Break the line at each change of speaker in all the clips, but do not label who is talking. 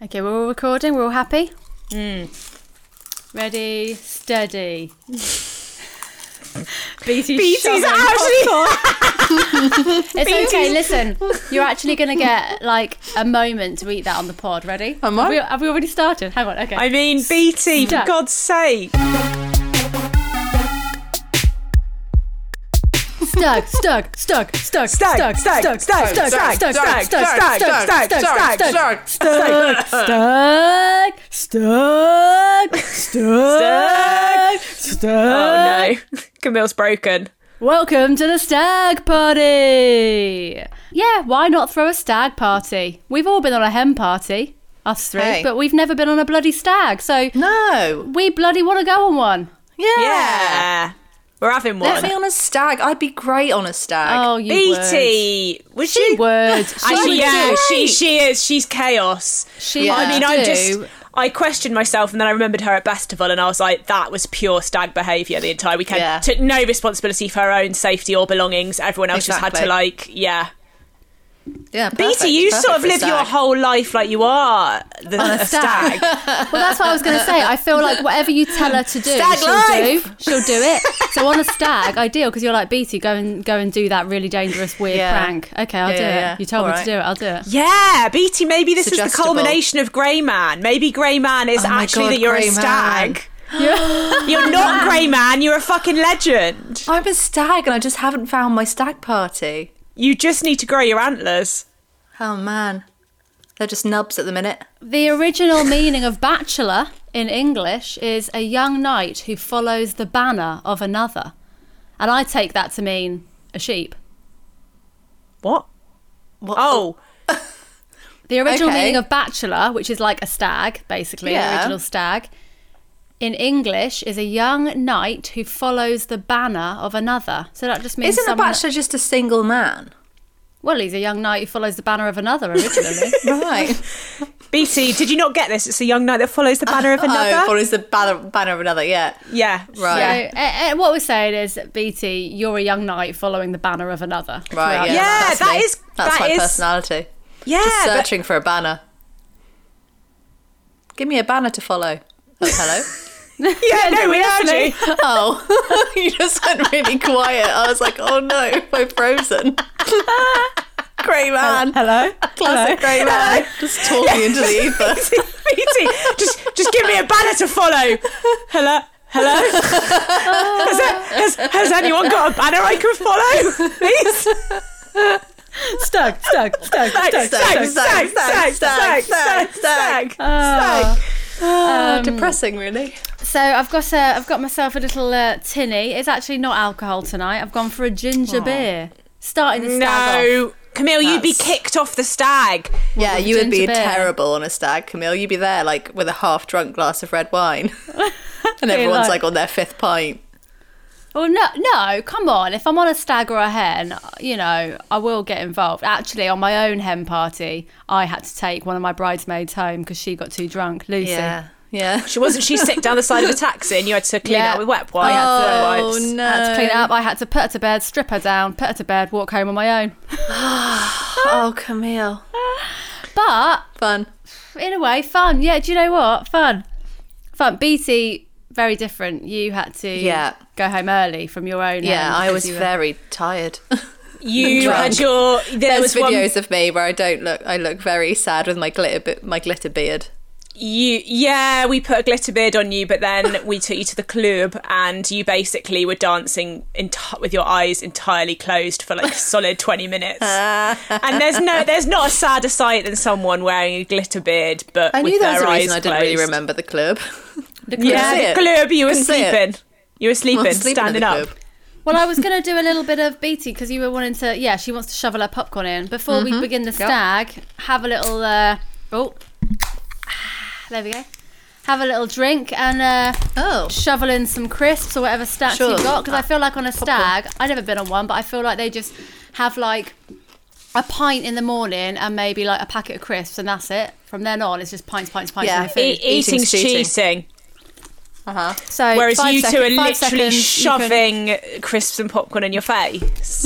Okay, we're all recording. We're all happy. Ready, steady. BT's,
BT's
shoveling
actually-
popcorn. it's okay.
BT's
Listen, you're actually going to get like a moment to eat that on the pod. Ready?
Am I?
Have we, have we already started? Hang on. Okay.
I mean, BT, for
Stuck.
God's sake.
Stug, stug, stug, stug,
Stug,
stug,
stug,
stug,
stug,
stug,
stug,
stug, stug,
stug, stug,
stug, stug, stug,
stug, stug, stug,
stug, stug, stug, stug, stug.
Oh no, Camille's broken.
Welcome to the stag party. Yeah, why not throw a stag party? We've all been on a hen party, us three,
Hey.
but we've never been on a bloody stag. So
No.
we bloody want to go on one.
Yeah.
Yeah, we're having
Let me
one.
on a stag. I'd be great on a stag.
Oh, you
E
BT, was she?
would. Would. She
Actually,
would
yeah,
do.
she she is. She's chaos.
She
Yeah.
I mean,
would do.
I just I questioned myself, and then I remembered her at Festival, and I was like, that was pure stag behaviour the entire weekend.
Yeah.
Took no responsibility for her own safety or belongings. Everyone else just had to
Exactly.
like, yeah.
yeah. perfect,
BT, you
perfect
sort of
for a
live your
stag.
whole life like you are the, a
stag.
stag.
Well, that's what I was going to say. I feel like whatever you tell her to do,
Stag
she'll
life.
do. She'll do it. So on a stag, ideal because you're like BT, go and go and do that really dangerous weird
Yeah.
prank. Okay, I'll
Yeah,
do
yeah,
it.
yeah.
You told
All
me to
right.
do it. I'll do it.
Yeah, BT, maybe this is the
Suggestible.
culmination of Grey Man. Maybe Grey Man is
Oh my
actually
God,
that you're
Grey
a stag.
Yeah.
You're not Grey Man, you're a fucking legend.
I'm a stag and I just haven't found my stag party.
You just need to grow your antlers.
Oh man. They're just nubs at the minute.
the original meaning of bachelor in English is a young knight who follows the banner of another, and I take that to mean a sheep.
What?
What
Oh,
The original
Okay.
meaning of bachelor, which is like a stag, basically, the
Yeah.
original stag, in English is a young knight who follows the banner of another. So that just means
Isn't a
someone-
bachelor just a single man?
well, he's a young knight who follows the banner of another originally.
Right.
BT, did you not get this? It's a young knight that follows the banner of
oh,
another.
or is the banner, banner of another? Yeah.
yeah.
so
Right.
eh, eh, what we're saying is, BT, you're a young knight following the banner of another.
Right. Yeah.
Yeah,
that's
that
me.
is-
That's
that
my
is-
personality.
Yeah.
Just
but-
searching for a banner. Give me a banner to follow. Oh, hello.
yeah, no, we heard you.
Oh, you just went really quiet. I was like, oh no, we're frozen. Grey man.
Hello.
Classic grey man. Just talking into the ether.
BT, just just give me a banner to follow. Hello. Hello. has, has, has anyone got a banner I can follow? Please.
Stug, stug, stug,
Stag, stag, stag, stag, stag, stag, stag,
Ah.
stag.
Uh, depressing, really.
So I've got a, I've got myself a little uh, tinny. It's actually not alcohol tonight. I've gone for a ginger beer. Starting the stag off.
No. Camille, you'd be
That's-
kicked off the stag.
Yeah, you would be
ginger beer.
terrible on a stag, Camille. You'd be there like with a half drunk glass of red wine. and everyone's
like-
like on their fifth pint.
Oh no, no! Come on. If I'm on a stag or a hen, you know I will get involved. Actually, on my own hen party, I had to take one of my bridesmaids home because she got too drunk. Lucy.
Yeah.
She wasn't she sick down the side of the taxi and you had to clean
Yeah.
out with wet wipes.
Oh,
wet wipes.
no.
Had to clean it up. I had to put her to bed, strip her down, put her to bed, walk home on my own.
Oh, Camille.
But
Fun.
in a way, fun. Yeah. Do you know what? Fun. Fun. BT, very different. You had to
Yeah.
go home early from your own.
Yeah,
end
I
'cause
was
you were-
very tired.
You
Drunk.
had your there
There's
was one
videos of me where I don't look. I look very sad with my glitter, bi- my glitter beard.
you yeah we put a glitter beard on you but then we took you to the club and you basically were dancing enti- with your eyes entirely closed for like a solid 20 minutes and there's no there's not a sadder sight than someone wearing a glitter beard but
I
with
knew
their
there was a
eyes
reason I didn't
closed.
really remember the club.
The
Couldn't see
yeah
it.
the club you were
Couldn't see it. Oh,
sleeping you were sleeping,
Sleeping in
standing
the
up
club.
Well, I was going to do a little bit of BT because you were wanting to. Yeah, she wants to shovel her popcorn in before
Mm-hmm.
we begin the stag. Have a little. Uh, oh, Ah, there we go. Have a little drink and uh,
Oh,
shovel in some crisps or whatever snacks
Sure.
you've got. Because I feel like on a stag, I've never been on one, but I feel like they just have like a pint in the morning and maybe like a packet of crisps, and that's it. From then on, it's just pints, pints, pints.
Yeah.
and the food.
E- eating's
Eating's cheating.
cheating
uh huh.
So
whereas
five
you
sec-
two are
five
literally
seconds, you can-
shoving crisps and popcorn in your face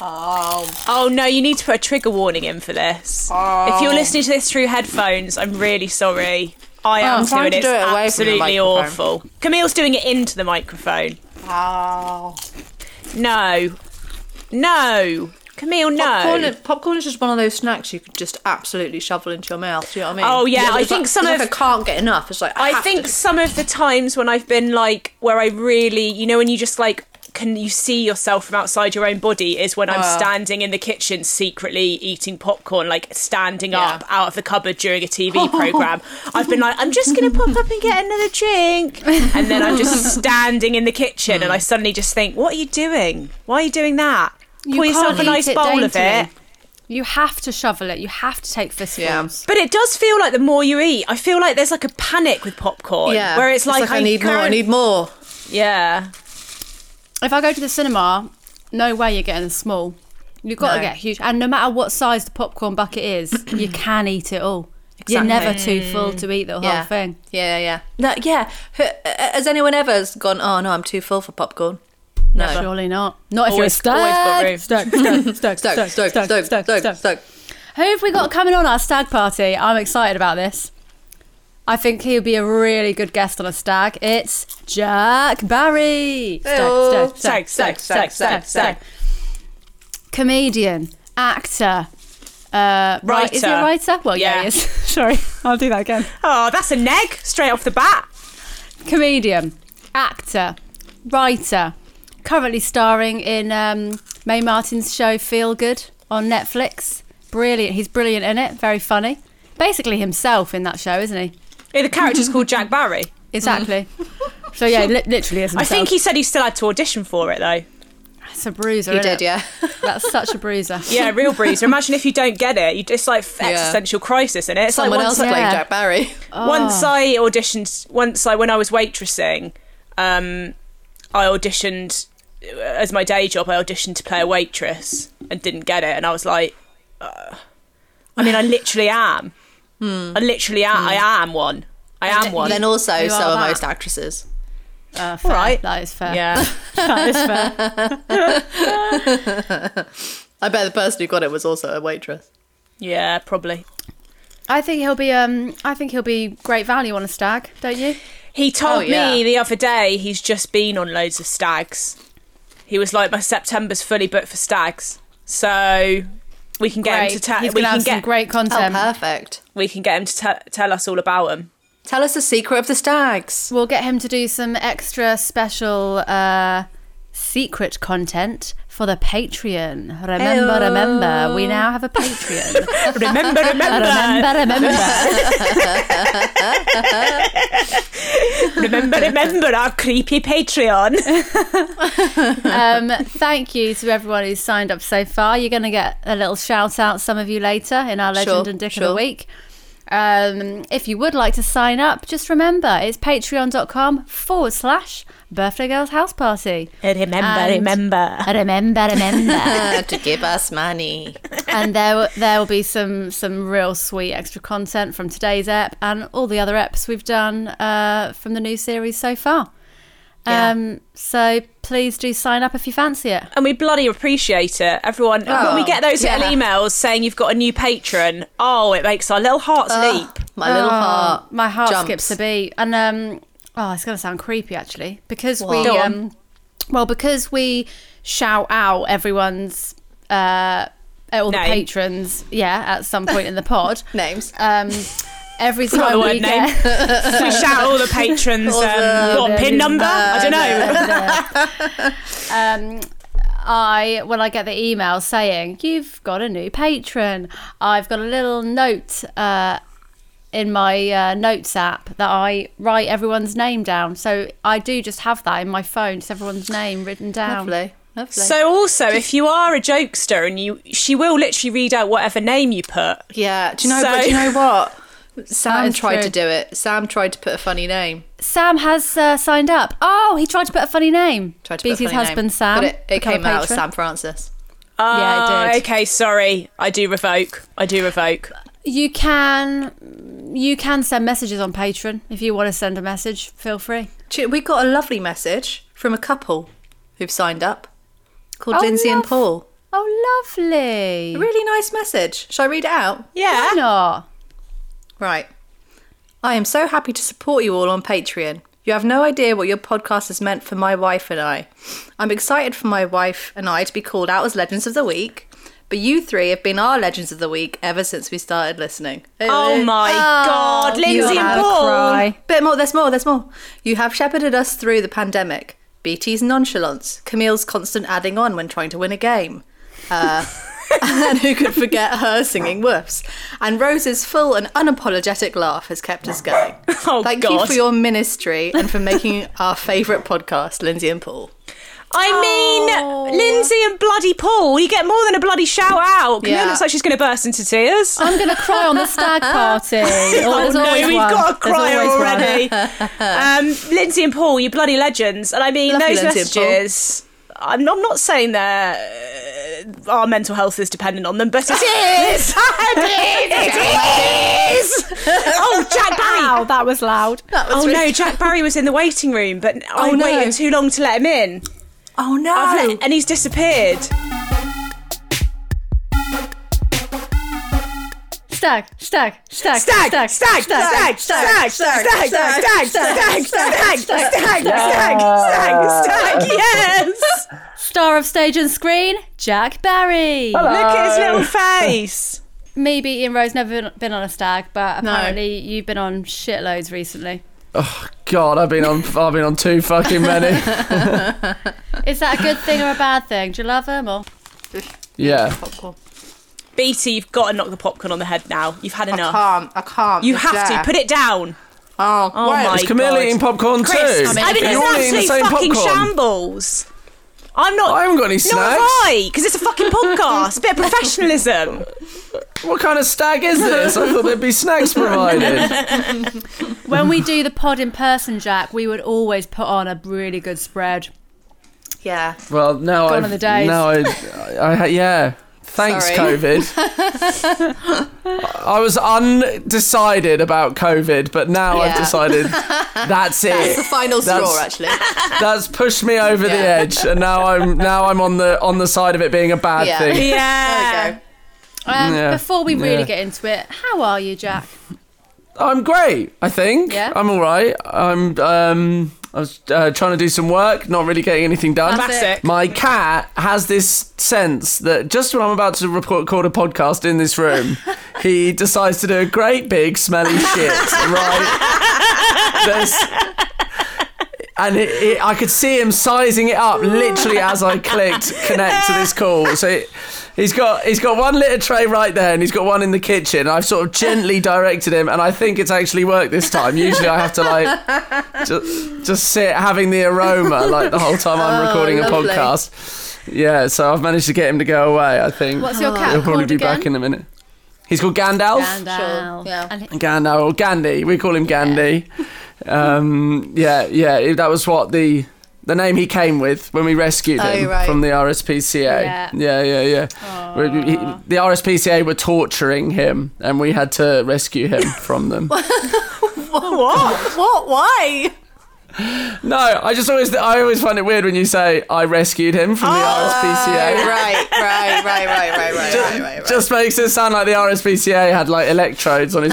Oh no, you need to put a trigger warning in for this. If you're listening to this through headphones, I'm really sorry. I
I'm
am
trying
doing
to
it.
do it
it's
away from the
absolutely
microphone.
awful. Camille's doing it into the microphone.
Oh.
No. No. Camille,
Popcorn,
no.
is- popcorn is just one of those snacks you could just absolutely shovel into your mouth. Do you know what I mean?
Oh, yeah, I
there's
think
like,
some
there's
of-
like I can't get enough. It's like I,
I
have
think
to-
some of the times when I've been like where I really you know when you just like can you see yourself from outside your own body is when I'm
Uh.
standing in the kitchen secretly eating popcorn, like standing
Yeah.
up out of the cupboard during a TV program. I've been like, I'm just gonna pop up and get another drink. And then I'm just standing in the kitchen
Hmm.
and I suddenly just think, What are you doing? Why are you doing that?
You
Pour yourself
can't
a
eat
nice
it
bowl of it.
daintily. You have to shovel it. You have to take fistfuls.
Yeah.
But it does feel like the more you eat, I feel like there's like a panic with popcorn.
yeah,
Where it's like,
I, need more. I
can't-
need more.
Yeah.
If I go to the cinema, no way you're getting a small. You've got to
No.
get huge. And no matter what size the popcorn bucket is, you can eat it all. You're
Exactly.
never too full to eat the whole
yeah.
thing.
Yeah, yeah, yeah. No, yeah. H- Has anyone ever gone? Oh no, I'm too full for popcorn. No.
Surely not. Not if
Always-
you're
always got
stuck.
room.
Stuck, stuck, stuck,
Stoke, stoke, stoke, stoke, stoke, stoke.
Who have we got coming on our stag party? I'm excited about this. I think he'll be a really good guest on a stag. It's Jack Barry.
Hey-oh.
Stag, stag, stag, stag, stag.
Comedian, actor, uh, writer. Is he a
Writer.
writer? Well, yeah, he
Yeah.
is. Sorry, I'll do that again.
Oh, that's a neg straight off the bat.
Comedian, actor, writer, currently starring in um, Mae Martin's show Feel Good on Netflix. Brilliant. He's brilliant in it. Very funny. Basically himself in that show, isn't he?
Yeah, the character's called Jack Barry.
Exactly. so yeah, li- literally is
Mm. I
himself.
think he said he still had to audition for it though.
That's a bruiser.
He
isn't
did,
it?
yeah.
That's such a bruiser.
Yeah, real breezer. Imagine if you don't get it, you just like existential crisis in it. It's
Someone
like
else Ah.
once,
played
yeah.
Jack Barry.
once I auditioned, once I when I was waitressing, um, I auditioned uh, as my day job. I auditioned to play a waitress and didn't get it, and I was like, uh, I mean, I literally am. I literally am. I am one. I am one.
Hmm. Then also,
You are
so are
that.
most actresses.
Uh, fair.
right.
That is fair.
yeah.
That is fair.
I bet the person who got it was also a waitress.
Yeah, probably.
I think he'll be. Um, I think he'll be great value on a stag. Don't you?
He told
Oh, yeah.
me the other day he's just been on loads of stags. He was like, "My September's fully booked for stags, so we can get
Great.
him to tell.
He's
We
gonna
can
have some
get
great content.
Oh, perfect.
we can get him to te- tell us all about him.
Tell us the secret of the stags.
We'll get him to do some extra special uh, secret content for the Patreon. Remember, remember, we now have a Patreon.
Remember, remember,
remember, remember.
remember, remember our creepy Patreon.
um, thank you to everyone who's signed up so far. You're going to get a little shout out, some of you later, in our Legend
Sure,
and Dick of the
sure.
Week. Um, if you would like to sign up, just remember it's patreon.com forward slash birthday girls house party.
remember,
And-
remember.
Remember, remember.
to give us money.
and there, will- there will be some, some real sweet extra content from today's ep and all the other eps we've done uh, from the new series so far.
Yeah.
Um, so please do sign up if you fancy it.
And we bloody appreciate it, everyone. when
Oh,
we get those
yeah.
little emails saying you've got a new patron, oh, it makes our little hearts leap.
My little
Oh,
heart.
My heart
jumps.
skips a beat. And um oh, it's gonna sound creepy actually. Because we
Go on.
um well, because we shout out everyone's uh all the
Name.
patrons, yeah, at some point in the pod.
Names.
Um every
Not
time
the
we
word name.
get
we shout all the patrons. Um,
the-
what pin number? I don't know.
uh,
um I when I get the email saying you've got a new patron, I've got a little note uh, in my uh, notes app that I write everyone's name down. So I do just have that in my phone, just everyone's name written down.
Lovely. Lovely.
So also, if you are a jokester and you, she will literally read out whatever name you put.
yeah. Do you know?
So-
But do you know what? Sam
is
tried
true.
to do it. Sam tried to put a funny name.
Sam has uh, signed up. Oh, he tried to put a funny name.
Tried to
BT's
put a funny
husband
name.
Sam.
But it, it
become a
came out as
patron.
Sam Francis.
Yeah, it
Oh,
did.
Okay, sorry, I do revoke. I do revoke.
You can you can send messages on Patreon if you want to send a message. Feel free.
Do you- We got a lovely message from a couple who've signed up called
Oh,
Lindsay and
love.
Paul.
Oh, lovely.
A really nice message. Shall I read it out?
Why
Yeah.
not?
Right. I am so happy to support you all on Patreon. You have no idea what your podcast has meant for my wife and I. I'm excited for my wife and I to be called out as Legends of the Week, but you three have been our Legends of the Week ever since we started listening. Ah.
Oh my
Ah,
God, Lindsay and Paul.
cry.
Bit more, there's more, there's more. You have shepherded us through the pandemic. BT's nonchalance, Camille's constant adding on when trying to win a game. Uh, and who could forget her singing whoops? And Rose's full and unapologetic laugh has kept us going.
Oh
Thank you
God.
for your ministry and for making our favourite podcast, Lindsay and Paul.
I mean,
Oh.
Lindsay and bloody Paul. You get more than a bloody shout out. Camille
Yeah.
looks like she's going to burst into tears.
I'm going to cry on the stag party. Oh,
Oh
there's
no,
always
we've
one.
got a
There's
crier
always one.
already. um, Lindsay and Paul, you bloody legends. And I mean,
Love you,
those
Lindsay and Paul.
messages. I'm not, I'm not saying that uh, our mental health is dependent on them, but it is. it is. oh, Jack Barry.
Wow, that was loud.
Oh no, Jack Barry was in the waiting room, but I
no.
waited too long to let him in,
Oh no!
I've let- and he's disappeared.
Stag, stag, stag,
Stag, stag, stag, stag, stag, stag, stag, stag, stag, stag, stag, stag, stag, stag, yes.
Star of stage and screen, Jack Barry.
Look at his little face.
Maybe Ian Rose never been- been on a stag, but apparently you've been on shitloads recently.
Oh, God, I've been on. I've been on too fucking many.
Is that a good thing or a bad thing? Do you love them or?
Yeah.
BT, you've got to knock the popcorn on the head now. You've had
I
enough.
can't. I can't.
You have to put it down.
Oh,
Oh my
Is Camille
god.
eating popcorn too?
Chris, I mean,
You're all eating the
it's an
same
absolute fucking
popcorn.
shambles. I'm not.
I haven't got any
Nor have
snacks.
I, because it's a fucking podcast. A bit of professionalism.
What kind of stag is this? I thought there'd be snacks provided.
When we do the pod in person, Jack, we would always put on a really good spread.
Yeah.
Well, now
Gone
I.
are the days.
Now I, I, I. Yeah. Thanks,
Sorry.
COVID. I was undecided about COVID, but now I've
Yeah.
decided that's it.
The final straw,
That's-
actually.
That's pushed me over the
Yeah.
edge, and now I'm now I'm on the on the side of it being a bad
Yeah.
thing.
Yeah.
There we go.
Um,
Yeah,
Before we really
yeah.
get into it, how are you, Jack?
I'm great. I think.
Yeah?
I'm all right. I'm. Um, I was uh, trying to do some work, not really getting anything done.
That's
Classic. it.
My cat has this sense that just when I'm about to report, record a podcast in this room, he decides to do a great big smelly shit. Right. There's, and it, it, I could see him sizing it up literally as I clicked connect to this call. So it, he's got he's got one litter tray right there, and he's got one in the kitchen. I've sort of gently directed him, and I think it's actually worked this time. Usually, I have to like just just sit having the aroma like the whole time
Oh,
I'm recording a
lovely.
podcast. Yeah, so I've managed to get him to go away. I think
What's your cat
he'll probably
called
be
again?
back in a minute. He's called Gandalf.
Oh, Gandalf.
yeah.
And he-
Gandalf or Gandhi. We call him Gandhi. Um, yeah, yeah. That was what the the name he came with when we rescued
Oh,
him
right.
from the RSPCA.
Yeah.
yeah, yeah. yeah. We- we- he- the RSPCA were torturing him, and we had to rescue him from them.
What?
What? Why?
no, I just always I always find it weird when you say I rescued him from the RSPCA.
Oh, Right, right, right, right, right, right, right, right, right.
Just makes it sound like the RSPCA had like electrodes on his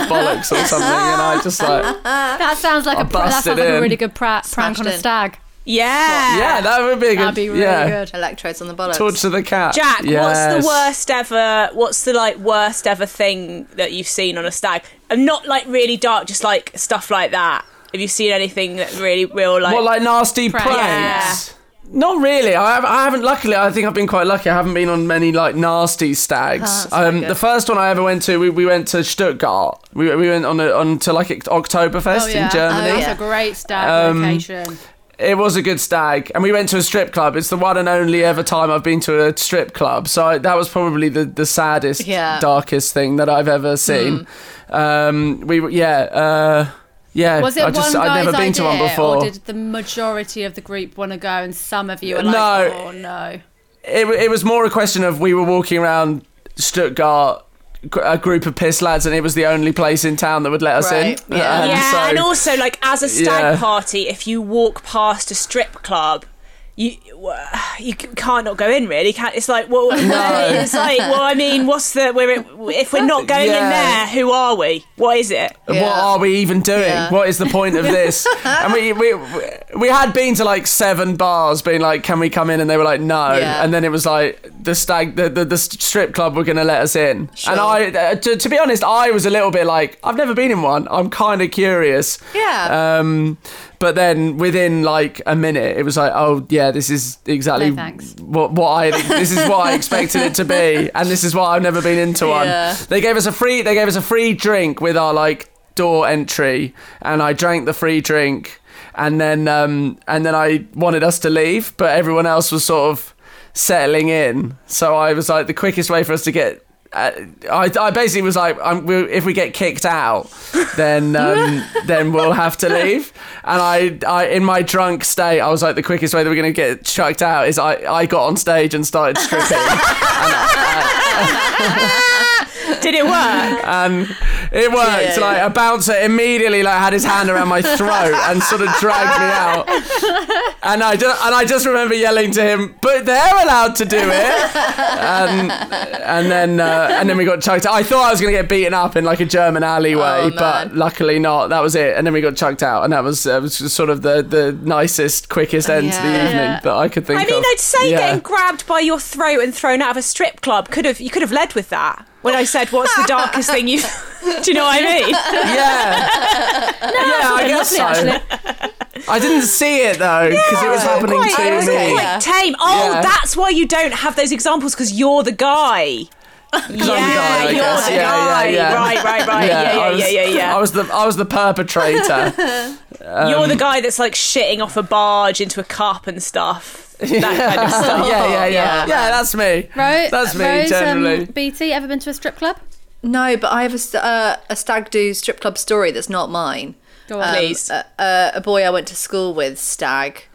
bollocks or something, and I just like,
that sounds like a pr- that
busted
sounds like a
in.
really good pra- prank on a
in.
stag.
Yeah.
yeah, that would be a good,
That'd be really
yeah.
good.
Electrodes on the bollocks.
Torture the cat.
Jack, what's
Yes.
the worst ever? What's the like worst ever thing that you've seen on a stag? And not like really dark, just like stuff like that. Have you seen anything that really real like?
What, like nasty
Prank.
pranks? Not really. I, have, I haven't. Luckily, I think I've been quite lucky. I haven't been on many like nasty stags. um, the first one I ever went to, we, we went to Stuttgart. We, we went on a, on to like
Oh,
Oktoberfest in Germany.
That's
yeah.
a great stag
Um,
location.
It was a good stag, and we went to a strip club. It's the one and only ever time I've been to a strip club, so I, that was probably the, the saddest,
Yeah.
darkest thing that I've ever seen. Um, we were- yeah uh, yeah.
Was it
I just
one guy's
I'd never been
idea,
to one before.
or did the majority of the group want to go and some of you were like,
No.
oh no.
it, w- it was more a question of we were walking around Stuttgart, gr- a group of piss lads, and it was the only place in town that would let us
Right,
in.
yeah.
And
yeah,
so-
and also like as a stag
Yeah.
party, if you walk past a strip club, you you can't not go in really can't it's like well it's like well I mean what's the we're if we're not going in there
Yeah.
who are we what is it
What
Yeah.
are we even doing?
Yeah.
What is the point of this? and we, we we had been to like seven bars, being like, "Can we come in?" And they were like, "No."
Yeah.
And then it was like the stag, the the, the strip club were going to let us in.
Sure.
And I, uh, to, to be honest, I was a little bit like, "I've never been in one. I'm kind of curious."
Yeah.
Um, but then within like a minute, it was like, "Oh yeah, this is exactly
No thanks.
what what I this is what I expected it to be, and this is why I've never been into one."
Yeah.
They gave us a free they gave us a free drink with our like door entry and I drank the free drink and then um and then I wanted us to leave but everyone else was sort of settling in so I was like the quickest way for us to get uh, I, I basically was like um, we, if we get kicked out then um, then we'll have to leave and I, I in my drunk state I was like the quickest way that we're going to get chucked out is I, I got on stage and started stripping
did it work
and Um, it worked.
Yeah.
Like a bouncer immediately like had his hand around my throat and sort of dragged me out. And I just, and I just remember yelling to him, "But they're allowed to do it." And, and then uh, and then we got chucked. out. I thought I was going to get beaten up in like a German alleyway,
Oh,
but
man.
luckily not. That was it. And then we got chucked out, and that was, uh, was just sort of the the nicest, quickest end to the
Yeah.
evening that I could think
I
of.
mean I'd say
Yeah.
getting grabbed by your throat and thrown out of a strip club could have you could have led with that when I said what's the darkest thing you do you know what I mean
Yeah. yeah, I guess so.
lovely,
I didn't see it though because it was happening
quite,
to
it was
me.
quite tame. Oh,
Yeah.
that's why you don't have those examples because you're the guy.
the
yeah,
guy, I
you're
guess.
the
Yeah, yeah,
guy.
yeah.
Right, right, right. Yeah, yeah,
I was,
yeah, yeah, yeah.
I was um, the I was the perpetrator.
you're the guy that's like shitting off a barge into a cup and stuff. That kind of
yeah,
stuff.
yeah, yeah.
Yeah.
Yeah, that's me.
Ro-
That's me
Rose, um,
generally.
BT, ever been to a strip club?
No, but I have a, st- uh, a stag do strip club story that's not mine.
Go on.
Please.
Um, a, a, a boy I went to school with stag.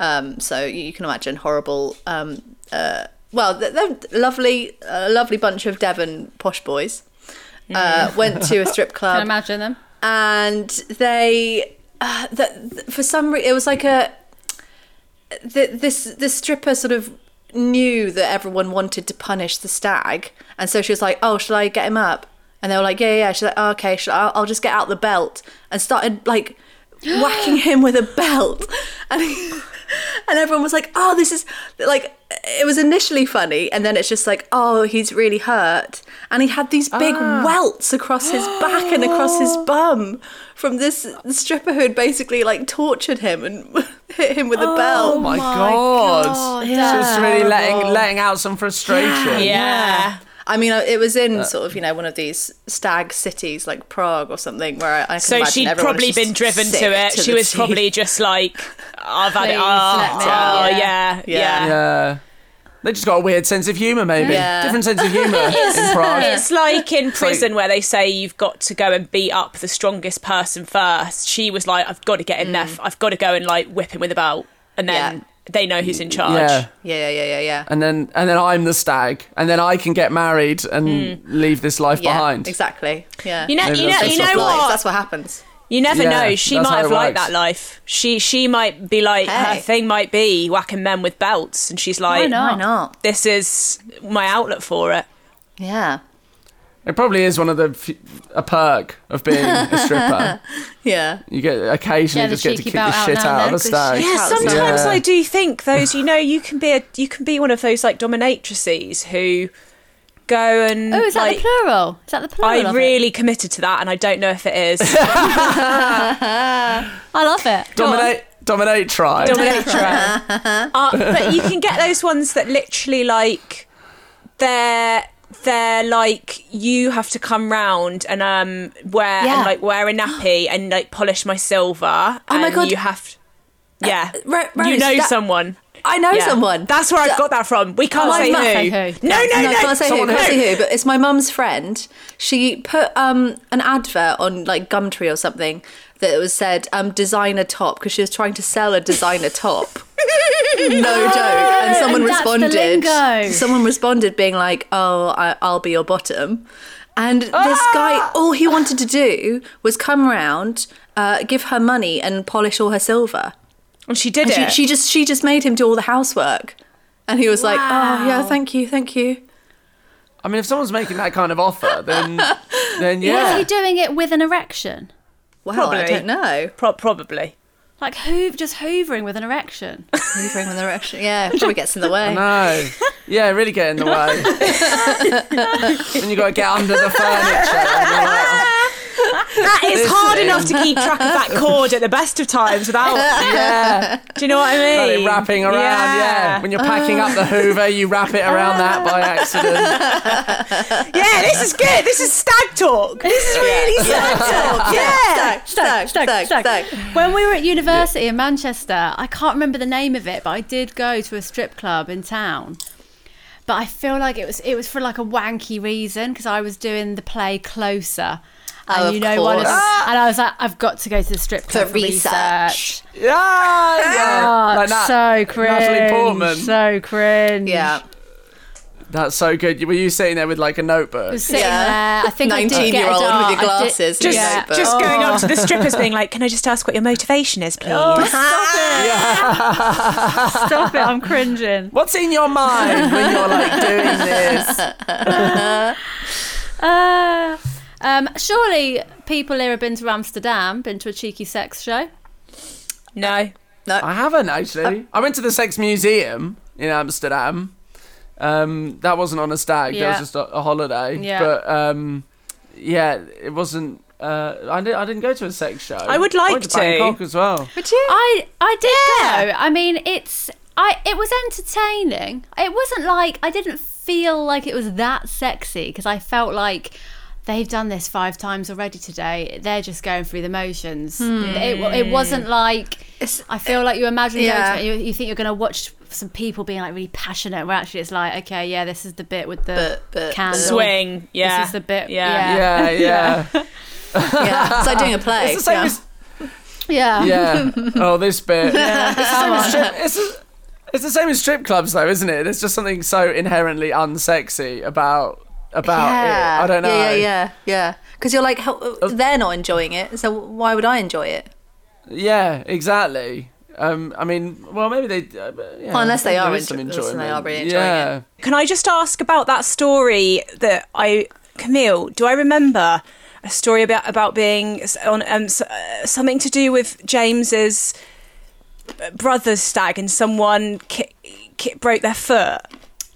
Um, so you you can imagine horrible. Um, uh, well, th- they're lovely, a lovely bunch of Devon posh boys. Uh, went to a strip club.
Can imagine them.
and they uh, that th- for some reason it was like a th- this this stripper sort of knew that everyone wanted to punish the stag and so she was like oh shall i get him up and they were like yeah yeah, yeah. she's like oh, okay shall I- i'll just get out the belt and started like whacking him with a belt and he- and everyone was like oh this is like it was initially funny and then it's just like oh he's really hurt and he had these big welts across his back and across his bum from this stripper who had basically like tortured him and hit him with a belt
Oh my, god. Just really letting
Terrible.
letting out some frustration.
Ah, Yeah.
I mean, uh, it was in sort of you know one of these stag cities like Prague or something where I, I can
So
imagine
she'd
everyone was
probably
just
been driven
sick
to it. she
the
was
teeth.
probably just like, I've had it.
Please,
Oh,
let me- yeah.
oh, yeah, yeah.
Yeah.
Yeah. They just got a weird sense of humour, maybe.
Yeah.
Different sense of humour in Prague.
It's like in prison where they say you've got to go and beat up the strongest person first. She was like, I've got to get in there. I've got to go and like whip him with a belt, and then
Mm. Yeah.
they know who's in charge.
Yeah.
Yeah, yeah, yeah, yeah, yeah.
And then and then I'm the stag. And then I can get married and
Hmm.
leave this life
Yeah,
behind.
exactly. Yeah,
You know,
Maybe
you know,
that's
you
what
know
it's
what?
Lies, That's what happens.
you never
Yeah,
know. She
that's
might
how
have
it
liked
works.
that life. She she might be like her
Hey.
thing might be whacking men with belts, and she's like,
not?
Why not?
this is my outlet for it.
Yeah,
It probably is one of the f- a perk of being a stripper.
yeah.
You get occasionally
Yeah, the
just get to
cheeky
kick
bout
the
out
shit
now and
out of
then.
a stag.
Yeah,
Out
sometimes
Yeah.
I do think those. You know, you can be a you can be one of those like dominatrices who go and
Oh, is that
like.
the plural? Is that the plural?
I
of it?
really committed to that, and I don't know if it is.
I love it.
Dominate, dominate, try.
Dominatrix. uh, but you can get those ones that literally like they're they're like you have to come round and um wear and
Yeah.
like wear a nappy and like polish my silver.
Oh my
and
God.
You have yeah.
Ro-
you
Rose,
know
that-
someone.
I know
Yeah.
someone.
That's where I've got that from. We can't
Oh,
say,
I'm
who.
not saying who.
No, no,
no,
no.
I can't say who,
Someone
can't say who, but it's my mum's friend. She put um, an advert on like Gumtree or something that was said um, designer top because she was trying to sell a designer top. no joke. And someone
and that's the
responded.
lingo.
Someone responded being like, "Oh, I, I'll be your bottom." And this
Ah!
guy, all he wanted to do was come round, uh, give her money, and polish all her silver.
And she did
And she,
it.
she just she just made him do all the housework, and he was like, "Oh yeah,
Wow.
thank you, thank you."
I mean, if someone's making that kind of offer, then then
Was
yeah.
he doing it with an erection?
Well, I
Probably.
don't know.
Pro- probably.
Like hoo- just hoovering with an erection.
Moving in the direction, yeah, probably gets in the way.
No. Yeah, really get in the way. and you got to get under the furniture. and you're like, "Oh,
That is hard
Listen.
enough to keep track of that cord at the best of times without.
yeah.
Do you know what I
Got
mean?
it wrapping around, yeah. Oh. When you're packing up the Hoover, you wrap it around that by accident.
Yeah, this is good. This is stag talk. This is really stag talk. Yeah.
Stag, stag, stag, stag.
When we were at university in Manchester, I can't remember the name of it, but I did go to a strip club in town. But I feel like it was it was for like a wanky reason because I was doing the play closer. And
Oh, of
you know one of them,
course.
and I was like, I've got to go to the strip club for research.
research.
Yeah, yeah.
Oh,
like that.
So cringe.
Natalie Portman.
So cringe.
Yeah,
That's so good. Were you sitting there with like a notebook?
was sitting
Yeah.
there. I think I did get a
19-year-old with
dart.
your
I did-
glasses and
Just,
your
yeah.
notebook.
just going up to the strippers being like, can I just ask what your motivation is, please?
Stop it! I'm cringing.
What's in your mind when you're like doing this?
Uh, um, surely people here have been to Amsterdam, been to a cheeky sex show.
No.
I haven't actually. I went to the Sex Museum in Amsterdam. Um, that wasn't on a stag. That
Yeah.
was just a, a holiday.
Yeah.
But um, yeah, it wasn't. Uh, I didn't. I didn't go to a sex show. I
would
I
like
went
to.
Bangkok as well.
I I did go. I mean, it's I. It was entertaining. It wasn't like I didn't feel like it was that sexy because I felt like. They've done this five times already today. They're just going through the motions.
Hmm.
It, it wasn't like
It's-
I feel like you imagine going
Yeah.
to it, you, you think you're going to watch some people being like really passionate, where actually it's like, okay, yeah, this is the bit with the
But- but-
candle
Swing. Yeah.
is the bit-
Yeah.
Yeah, yeah,
yeah, it's like doing a play.
It's the same
yeah.
as
Yeah,
yeah. Oh, this bit. It's, the same as strip, it's, the- it's the same as strip clubs, though, isn't it? There's just something so inherently unsexy about about it. I don't know. Uh,
Yeah, yeah, yeah, yeah. Because you're like, how, they're not enjoying it, so why would I enjoy it?
Yeah, exactly. Um, I mean, well, maybe they. Uh, yeah,
unless they
there
are
is some
enjoy- unless they
enjoyment.
are really enjoying
yeah. it.
Can I just ask about that story that I, Camille? Do I remember a story about about being s- on um, s- uh, something to do with James's uh, brother's stag and someone ki- ki- broke their foot?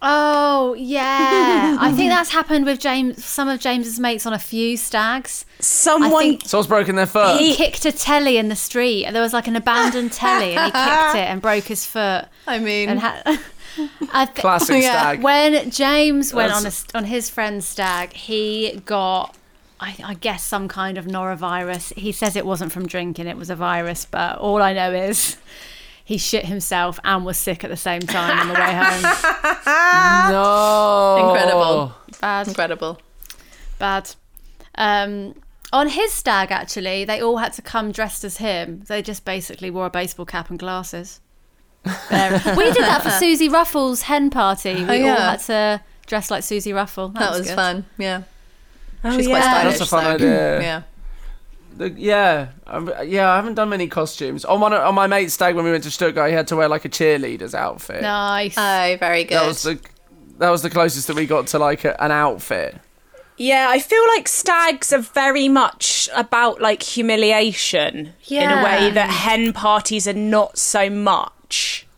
Oh yeah, I think that's happened with James. Some of James's mates on a few stags.
Someone.
think-
Someone's broken their foot.
He kicked a telly in the street. There was like an abandoned telly, and he kicked it and broke his foot.
I mean,
And had. I thi-
Classic
Yeah.
stag.
When James went on a,
That's-
on his friend's stag, he got. I, I guess some kind of norovirus. He says it wasn't from drinking; it was a virus. But all I know is, he shit himself and was sick at the same time on the way home.
no.
Incredible.
Bad.
incredible.
bad. Um, on his stag, actually, they all had to come dressed as him. They just basically wore a baseball cap and glasses. There- we did that for Susie Ruffles' hen party. We all
Oh, yeah.
had to dress like Susie Ruffle. That,
That was
good.
fun. Yeah,
oh,
she's quite
yeah.
stylish.
That's a fun
so,
idea.
Yeah.
The- yeah, Um, yeah. I haven't done many costumes. On one, on my mate's stag when we went to Stuttgart, he had to wear like a cheerleader's outfit.
Nice.
Oh, very good.
That was the that was the closest that we got to like a, an outfit.
Yeah, I feel like stags are very much about like humiliation in a
Yeah.
way that hen parties are not so much.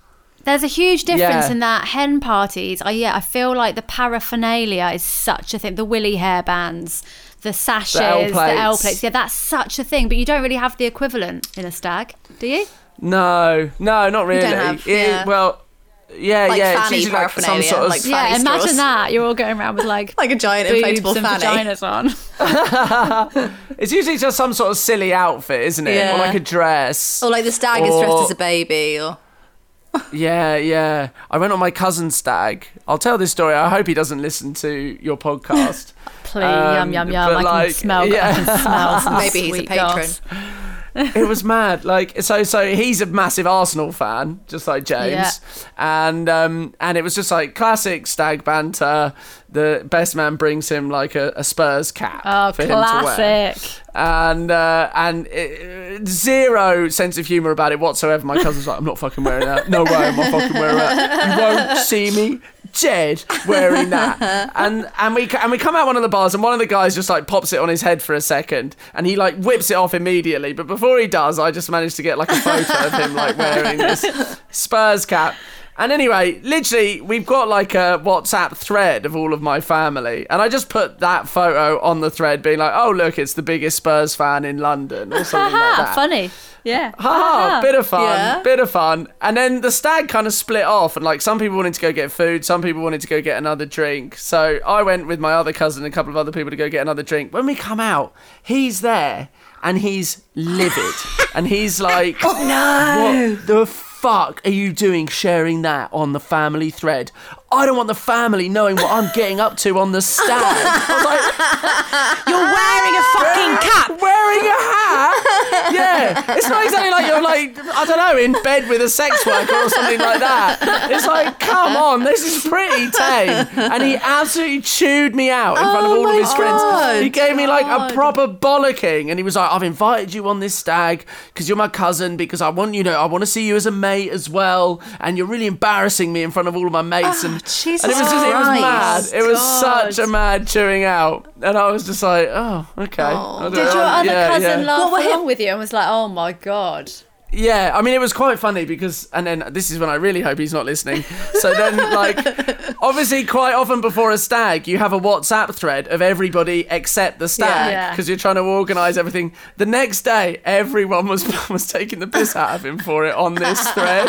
There's a huge difference
Yeah.
in that hen parties. I yeah, I feel like the paraphernalia is such a thing. The willy hairbands, the sashes, the L
plates.
plates. Yeah, that's such a thing. But you don't really have the equivalent in a stag, do you?
No, no, not really.
have-
It-
yeah.
Well, yeah,
Like
yeah. It's
fanny
usually like some
paraphernalia,
sort of
like
yeah,
fanny
imagine
straws.
that. You're all going around with like
like a giant
boobs
inflatable eh?
and
fanny.
vaginas on.
It's usually just some sort of silly outfit, isn't it?
Yeah.
Or like a dress.
Or like the stag is dressed
Or-
as a baby. Or
Yeah, yeah. I went on my cousin's stag. I'll tell this story. I hope he doesn't listen to your podcast.
Please, yum
Um,
yum yum.
but
I
like,
can smell. I
yeah.
can smell. some
maybe he's a
sweet
patron.
goss.
it was mad. Like so, so he's a massive Arsenal fan, just like James,
Yeah.
and um, and it was just like classic stag banter. The best man brings him like a, a Spurs cap
Oh,
for him to wear,
classic.
and uh, and it, zero sense of humor about it whatsoever. My cousin's like, I'm not fucking wearing that. No way, I'm not fucking wearing that. You won't see me. Jed wearing that, and and we and we come out one of the bars, and one of the guys just like pops it on his head for a second, and he like whips it off immediately. But before he does, I just managed to get like a photo of him like wearing this Spurs cap. And anyway, literally, we've got like a WhatsApp thread of all of my family, and I just put that photo on the thread, being like, "Oh look, it's the biggest Spurs fan in London," or something like
Ah,
that.
funny. Yeah.
Ha ha, bit of fun,
Yeah.
bit of fun. And then the stag kind of split off, and like some people wanted to go get food, some people wanted to go get another drink. So I went with my other cousin and a couple of other people to go get another drink. When we come out, he's there and he's livid, and he's like, "What the fuck are you doing sharing that on the family thread?" I don't want the family knowing what I'm getting up to on the stag. I was like,
You're wearing a fucking cap.
wearing a hat. Yeah, it's not exactly like you're like I don't know in bed with a sex worker or something like that. It's like, come on, this is pretty tame. And he absolutely chewed me out in front of
Oh
all of
my
his friends. He
God.
gave me like a proper bollocking, and he was like, "I've invited you on this stag because you're my cousin because I want you know I want to see you as a mate as well, and you're really embarrassing me in front of all of my mates."
Ah,
and
Jesus
and it was just it was mad.
Christ.
It was
God.
such a mad chewing out, and I was just like, "Oh, okay." I don't
Did your
know.
other
Yeah,
cousin
yeah.
laugh
What were
along with you and was like, "Oh my god"?
Yeah, I mean, it was quite funny because, and then this is when I really hope he's not listening. So then, like, obviously, quite often before a stag, you have a WhatsApp thread of everybody except the stag
Yeah.
because you're trying to organise everything. The next day, everyone was was taking the piss out of him for it on this thread.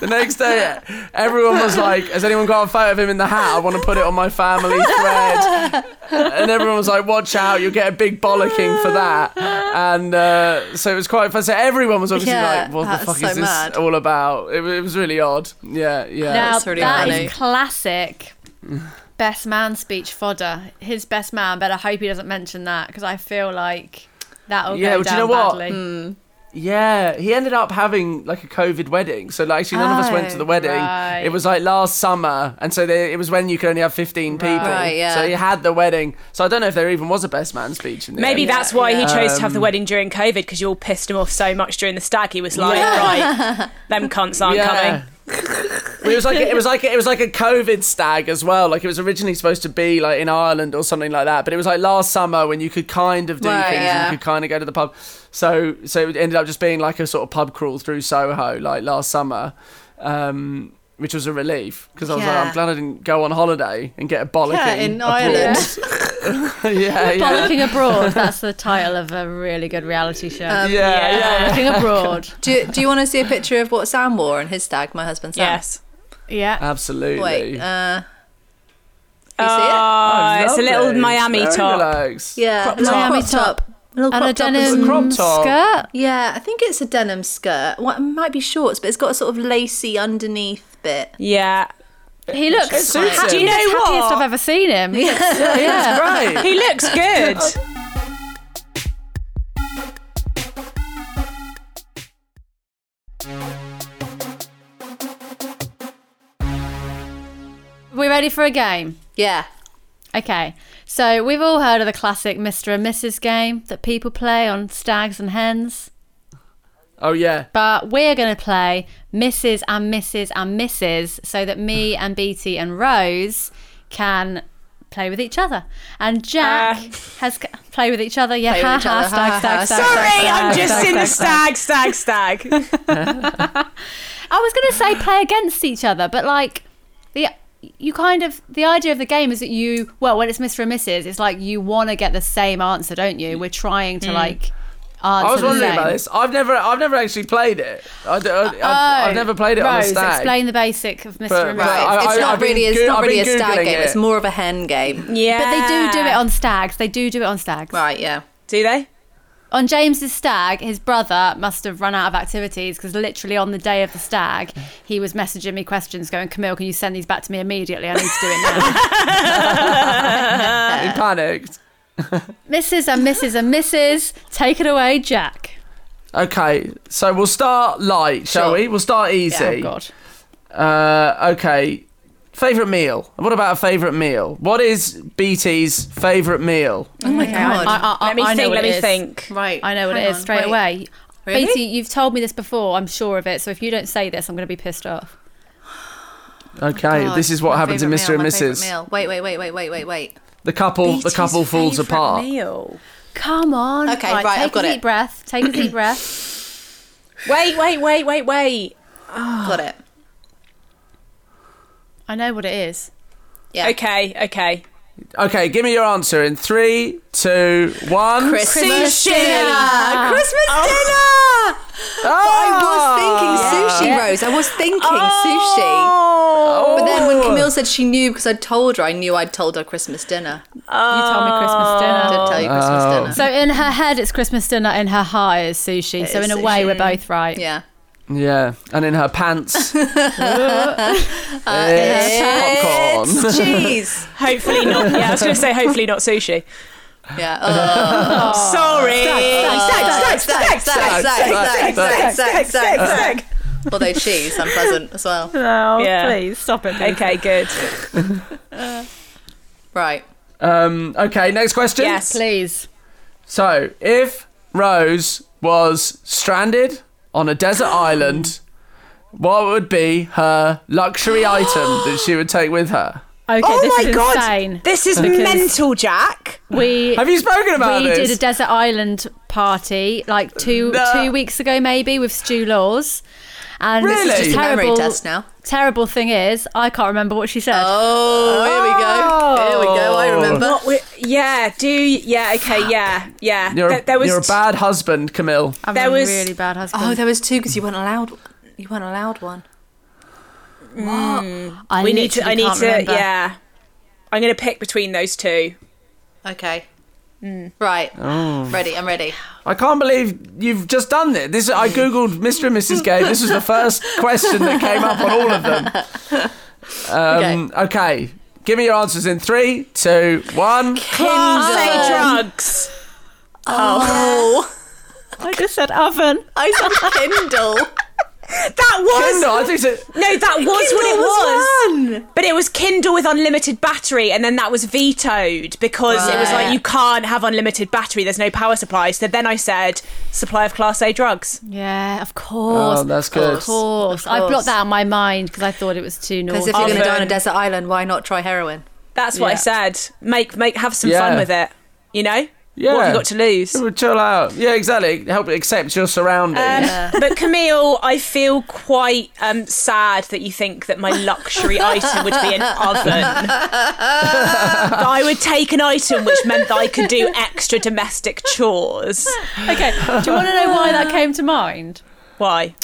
The next day, everyone was like, "Has anyone got a photo of him in the hat? I want to put it on my family thread." and everyone was like, "Watch out, you'll get a big bollocking for that." And uh, so it was quite fun. So everyone was obviously
Yeah,
like, "What
that's
the fuck
so
is this
mad.
all about?" It, wa- it was really odd. Yeah, yeah.
Now
really
that
funny.
is classic. Best man speech fodder. His best man. Better hope he doesn't mention that because I feel like that will
Yeah,
go
well, do you
down
know what? Hmm.
badly.
yeah, he ended up having like a COVID wedding, so like actually none of us went to
Oh,
the wedding.
right.
It was like last summer, and so they, it was when you could only have fifteen people.
Right, yeah.
So he had the wedding. So I don't know if there even was a best man speech in the
Maybe
end.
that's why he chose to have
Um,
the wedding during COVID because you all pissed him off so much during the stag. He was like, right, them cunts aren't coming.
Well, it was like it was like it was like a COVID stag as well. Like it was originally supposed to be like in Ireland or something like that, but it was like last summer when you could kind of do
Right,
things
yeah.
and you could kind of go to the pub. So so it ended up just being like a sort of pub crawl through Soho like last summer. Um, which was a relief because I was
Yeah.
like, I'm glad I didn't go on holiday and get a bollocking.
Yeah, in
abroad.
Ireland.
yeah, yeah,
Bollocking abroad. That's the title of a really good reality show.
yeah,
Um,
yeah, yeah.
Bollocking abroad.
Do you, do you want to see a picture of what Sam wore and his stag? My husband Sam.
Yes.
Yeah.
uh,
Absolutely.
Wait. Uh, you see
Oh,
it?
I
it's a
love
little
this.
Miami
Very
top.
relaxed.
yeah.
Crop
a little
Uh, top.
crop top. A little
And a
crop top
denim
crop top.
skirt.
Yeah, I think it's a denim skirt. Well, it might be shorts, but it's got a sort of lacy underneath bit.
Yeah.
He looks
It suits
happy-
him. Do
you know
happiest
what?
I've ever seen him. He looks- Yeah.
Right.
He looks good.
We're ready for a game.
Yeah.
Okay. So we've all heard of the classic Mr. and Mrs. game that people play on stags and hens.
Oh yeah.
But we're going to play Mrs. and Mrs. and Mrs. so that me and Beatty and Rose can play with each other. And Jack
Uh.
has c- play with each other. Yeah,
Play with
ha
each
ha,
other,
stag,
ha,
stag,
ha,
stag,
stag,
stag, stag, stag,
Sorry, I'm just in the
stag,
stag, stag, stag.
stag. I was going to say play against each other, but like the you kind of the idea of the game is that you well when it's Mr. and Mrs. It's like you want to get the same answer, don't you? We're trying to like. Answer
I was
the
wondering
same.
about this. I've never, I've never actually played it. I, have
Oh.
I've never played it on a
Rose,
stag.
explain the basic of Mr.
But-
and Mrs.
but
Right.
I-
it's
I-
not
I've been
really. It's
Goo-
not
I've
really a
been
stag
Googling
game.
it.
It's more of a hen game.
Yeah.
But they do do it on stags. They do do it on stags.
Right. Yeah.
Do they?
On James's stag, his brother must have run out of activities because literally on the day of the stag, he was messaging me questions going, Camille, can you send these back to me immediately? I need to do it now.
He panicked.
Mrs. and Mrs. and Mrs. Take it away, Jack.
Okay, so we'll start light, shall
Sure.
we? We'll start
Oh
easy.
God.
Uh, okay. Favorite meal. What about a favorite meal? What is BT's favorite meal?
Oh my god.
I, I, I,
Let me
I know
think.
what
Let
it
me
is.
think.
right.
I know what it
hang
is
on,
straight
wait.
away.
Really?
Beatty, you've told me this before. I'm sure of it. So if you don't say this, I'm going to be pissed off.
Okay,
God,
this is what
my
happened to
favourite
Mr.
meal,
and
my favourite
Mrs.
meal. Wait, wait, wait, wait, wait, wait, wait.
The couple, the couple falls apart.
Meal.
Come on.
Okay, right,
Take
I've got
a
it.
deep breath. Take a deep breath.
Wait, wait, wait, wait, wait.
Got it.
I know what it is.
Yeah.
Okay, okay.
Okay, give me your answer in three, two, one.
Christmas
Sushi.
dinner.
Ah,
Oh. Christmas dinner.
Ah!
I was thinking sushi, Rose. I was thinking sushi. But then when Camille said she knew because I told her, I knew I'd told her Christmas dinner.
You told me Christmas
I
dinner.
did tell you Christmas dinner.
Oh. So in her head, it's Christmas dinner. In her heart, it's sushi. so in
is
a way,
sushi.
we're both right.
yeah.
Yeah, and in her pants. it's popcorn.
It's cheese.
Hopefully not. Yeah, I was going to say hopefully not sushi.
Yeah. Oh.
Sorry.
Stag, stag, stag, stag, stag, stag, stag, stag, stag. Although cheese, unpleasant as well.
Oh,
Yeah.
please stop it.
Okay, good.
Right.
Um, okay, next question.
Yes.
Please.
So, if Rose was stranded on a desert island, what would be her luxury item that she would take with her?
Okay,
Oh
this is insane.
Oh This is
Because-
mental, Jack.
We
Have you spoken about
we
this?
did a desert island party like two
No.
two weeks ago maybe with Stu Laws. And
Really?
the
Just
a memory
terrible,
test now.
terrible thing is I can't remember what she said.
Oh, here we go. Here we go. I remember.
What? We, yeah. Do. Yeah. Okay. Yeah. Yeah.
You're,
There-
a-
there was
you're a bad husband, Camille.
I'm
there
a
was-
really bad husband.
Oh, there was two because you weren't allowed. You weren't allowed one.
I
We need to.
literally
I need
can't
to.
remember.
Yeah. I'm going to pick between those two.
Okay. Right. Ready. I'm ready.
I can't believe you've just done this. This I googled Mr. and Mrs. Gay. This was the first question that came up on all of them. Um, okay. give me your answers in three, two, one.
Say drugs.
Oh,
I just said oven.
I said Kindle.
That was.
Kindle. I think it's a-
No, that was what it
Kindle
was.
was
But it was Kindle with unlimited battery, and then that was vetoed because it was
Right.
like you can't have unlimited battery. There's no power supply. So then I said supply of Class A drugs.
Yeah, of course.
Oh, that's good.
Of course.
Of
I
course.
blocked that out of my mind because I thought it was too
Because
naughty.
if you're going to
Oven.
die on a desert island, why not try heroin?
That's what I
Yeah.
said. Make make have some
Yeah.
fun with it. You know.
yeah.
What have you got to lose?
It would chill out. Yeah, exactly. Help accept your surroundings.
Um, But Camille, I feel quite um, sad that you think that my luxury item would be an oven. that I would take an item which meant that I could do extra domestic chores.
Oh, okay, do you want to know why that came to mind?
Why?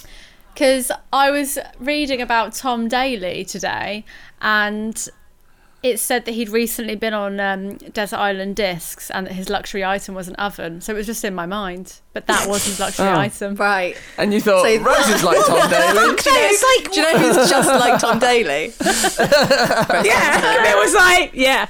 because I was reading about Tom Daly today, and it said that he'd recently been on um, Desert Island Discs, and that his luxury item was an oven. So it was just in my mind, but that was his luxury
Oh.
item.
Right.
And you thought
So-
Rose is like Tom Daly.
Do you know,
it's like-
do you know who's just like Tom Daly?
Yeah, Camille was like, yeah.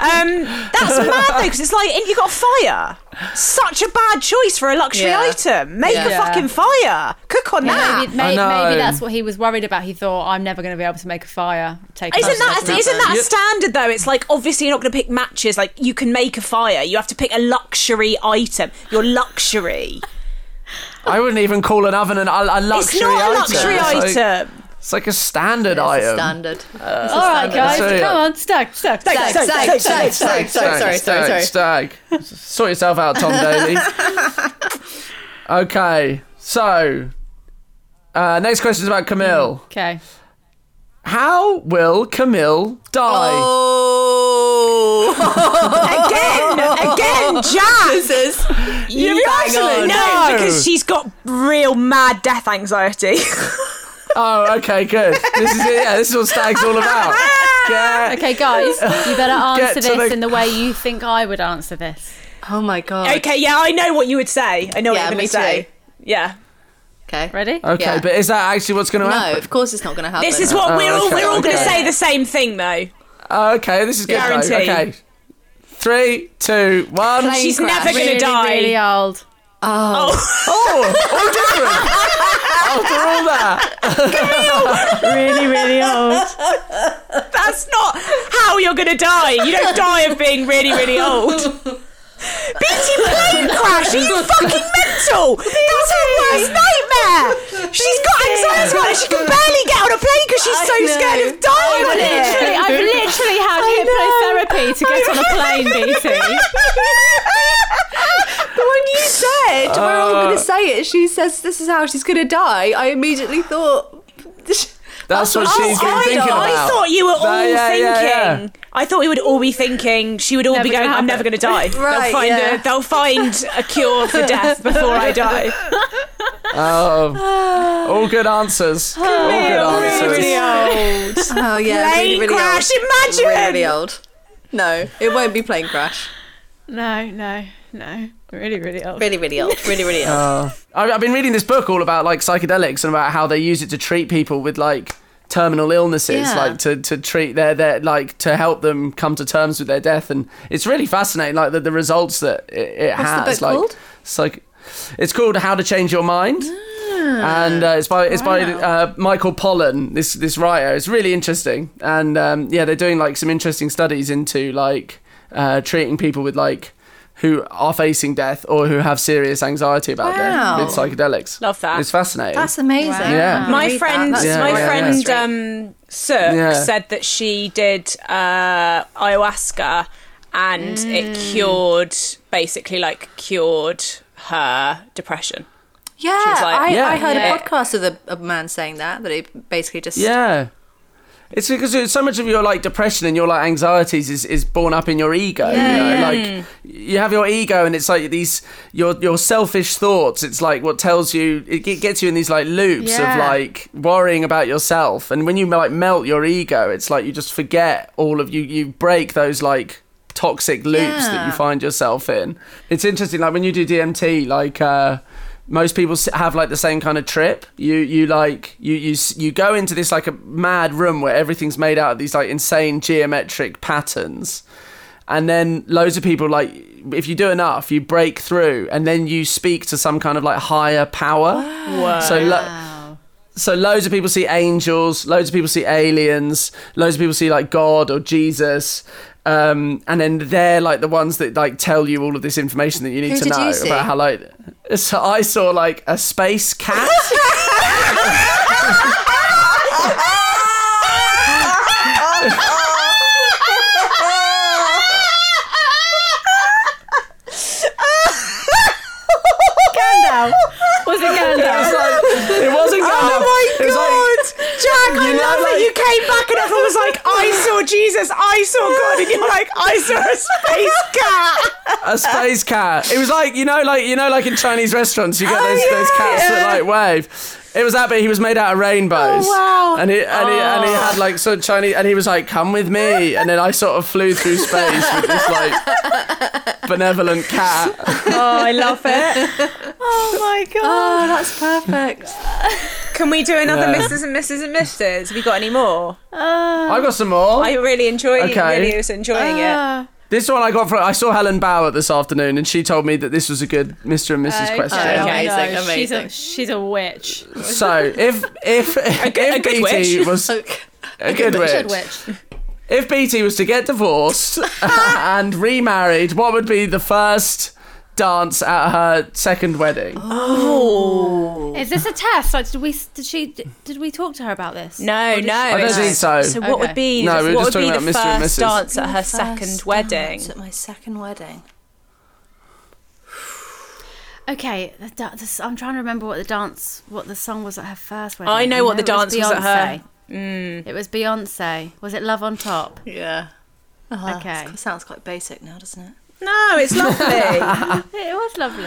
Um, that's mad though, because it's like, and you got a fire. Such a bad choice for a luxury
Yeah.
item. Make a
Yeah.
fucking fire. Cook on that.
Maybe, may,
know.
maybe that's what he was worried about. He thought, "I'm never going to be able to make a fire." Take a
Isn't that
oven."
isn't that standard though? It's like obviously you're not going to pick matches. Like you can make a fire. You have to pick a luxury item. Your luxury.
I wouldn't even call an oven an, a, a
It's
luxury
not a luxury
item. It's like-
item.
It's like a standard
It's a
item.
standard.
All right, guys,
So, yeah.
come on, stack, stack, stack.
Stag, stag, stag, stag, stag, sorry,
stag,
sorry, sorry.
stag, stag. Sort yourself out, Tom Daly. okay, so uh, next question is about Camille.
Okay,
How will Camille die?
Oh,
Again, again, Jazz.
this is
you actually
No, because she's got real mad death anxiety.
Oh, okay, good. This is it. Yeah, this is what Stag's all about. Get-
okay, guys, you better
Get
answer
to
this
the-
in the way you think I would answer this.
Oh my god.
okay, yeah, I know what you would say. I know
Yeah,
what you're
me
going to say. Yeah.
Okay.
Ready?
Okay,
Yeah.
but is that actually what's going to
No,
happen?
of course it's not going to happen.
This is what
Oh,
we're all
okay,
we're all going to
okay.
say the same thing though.
Oh, okay, this is good. though.
Guarantee.
Okay, three, two, one.
Plane
She's
crash.
never going to
Really,
die.
really old.
Oh, all different. After all that,
really, really old.
That's not how you're going to die. You don't die of being really, really old. BT plane crash. Are you fucking mental? That's her worst nightmare. She's got anxiety about it. She can barely get on a plane because she's so scared of dying on it.
Literally, I've literally had hypnotherapy to get on a plane, BT.
The one you said, we're all going to say it. She says this is how she's going to die. I immediately thought.
that's what
what
she's
Oh, I-
been
I-
thinking
I
about.
I thought you were all
That- yeah,
thinking.
yeah, yeah.
I thought we would all be thinking she would all be
Never
going,
gonna
I'm never going to die.
Right,
they'll, find
yeah.
a, they'll find a cure for death before I die.
Oh, all good answers. all good answers.
Oh yeah,
Plane
really, really
crash,
old.
imagine!
Really, really old. No, it won't be plane crash.
No, no, no. Really, really old.
Really, really old. Really, really old.
Uh, I- I've been reading this book all about like psychedelics and about how they use it to treat people with like terminal illnesses,
Yeah.
like to, to treat their, their like to help them come to terms with their death, and it's really fascinating. Like the, the results that it, it
What's the
has.
book
like,
called?
It's like it's called How to Change Your Mind.
Ah.
And uh, it's by it's by uh, Michael Pollan, this this writer. It's really interesting, and um, yeah, they're doing like some interesting studies into like uh, treating people with like who are facing death or who have serious anxiety about
Wow.
death with psychedelics.
Love that.
It's fascinating.
That's amazing.
Yeah.
I'll
my
read
friend,
that. That's
Yeah,
my
yeah,
friend,
yeah.
um, Sook
Yeah.
said that she did uh, ayahuasca and it
Mm.
cured, basically, like cured her depression.
Yeah,
was like-
I,
Yeah.
I heard
Yeah.
a podcast of a, a man saying that that it basically just
yeah. It's because it's so much of your like depression and your like anxieties is, is born up in your ego. you know, like you have your ego and it's like these your your selfish thoughts. It's like what tells you it ge- gets you in these like loops
Yeah.
of like worrying about yourself. And when you like melt your ego, it's like you just forget all of you. You break those like toxic loops that you
Yeah.
find yourself in. It's interesting. Like when you do DMT, like. uh most people s- have like the same kind of trip. You you like you you s- you go into this like a mad room where everything's made out of these like insane geometric patterns, and then loads of people like if you do enough, you break through, and then you speak to some kind of like higher power. So lo- so loads of people see angels, loads of people see aliens, loads of people see like God or Jesus. Um, and then they're like the ones that like tell you all of this information that you need
Who
to
did you
know
see?
about how like so I saw like a space cat.
Gandalf. Was it
It
Gandalf?
was like it wasn't Gandalf.
Oh my
It was like-
god, Jack! I
You know,
love that
like-
you came back and everyone was like, "I saw Jesus, I saw God," and you're like, "I saw a space cat."
a space cat. It was like you know, like you know, like in Chinese restaurants, you
Oh,
get those, those cats that like wave. It was that, but he was made out of rainbows.
Oh, wow.
And he and, he, and he had like sort of Chinese, and he was like, "Come with me," and then I sort of flew through space with this like benevolent cat.
Oh, I love it.
Oh my god.
Oh, that's perfect.
Can we do another
Yeah.
Mrs. and Mrs. and Mrs.? Have you got any more?
I got some more.
I really enjoyed.
Okay.
Really was enjoying it.
Ah.
this one I got from I saw Helen Bauer this afternoon, and she told me that this was a good Mr. and Mrs.
Okay.
question.
Oh,
Okay. Amazing,
no, She's
amazing.
a, she's a witch.
So if if
good-
if
a good
BT
witch.
was a
Look,
good
Good
witch.
witch.
If BT was to get divorced and remarried, what would be the first dance at her second wedding?
Oh.
Is this a test? Like, did we? Did she? Did we talk to her about this?
No, no. I
don't think so.
So what
Okay.
would be
No, we were
what
just
would be
talking
the
about Mr. and
first
Mrs..
dance at her
first
second
dance
wedding?
At my second wedding.
Okay, the da- this, I'm trying to remember what the dance, what the song was at her first wedding.
I know what the
it
dance was at her.
Beyonce. It was Beyonce. Was it Love on Top?
Yeah.
Okay.
It sounds Ah, quite basic now, doesn't it?
No, it's lovely.
It was lovely.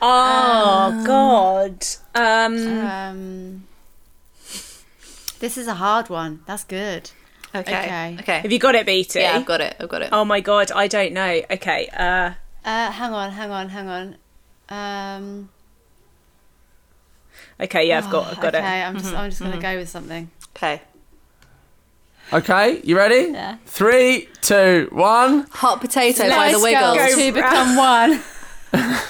oh God. Um,
Mm.
Um, this is a hard one. That's good. Okay.
Okay. Okay.
have you got it, BT?
yeah, I've got it. I've got it.
Oh my god, I don't know. Okay, uh,
Uh, hang on, hang on, hang on. Um,
okay, yeah, I've got, I've got
okay,
it.
I'm just,
Mm-hmm.
I'm just gonna go with something.
Okay.
Okay, you ready?
Yeah.
Three, two, one.
Hot potato by the
Spice
Wiggles.
Girls to become one.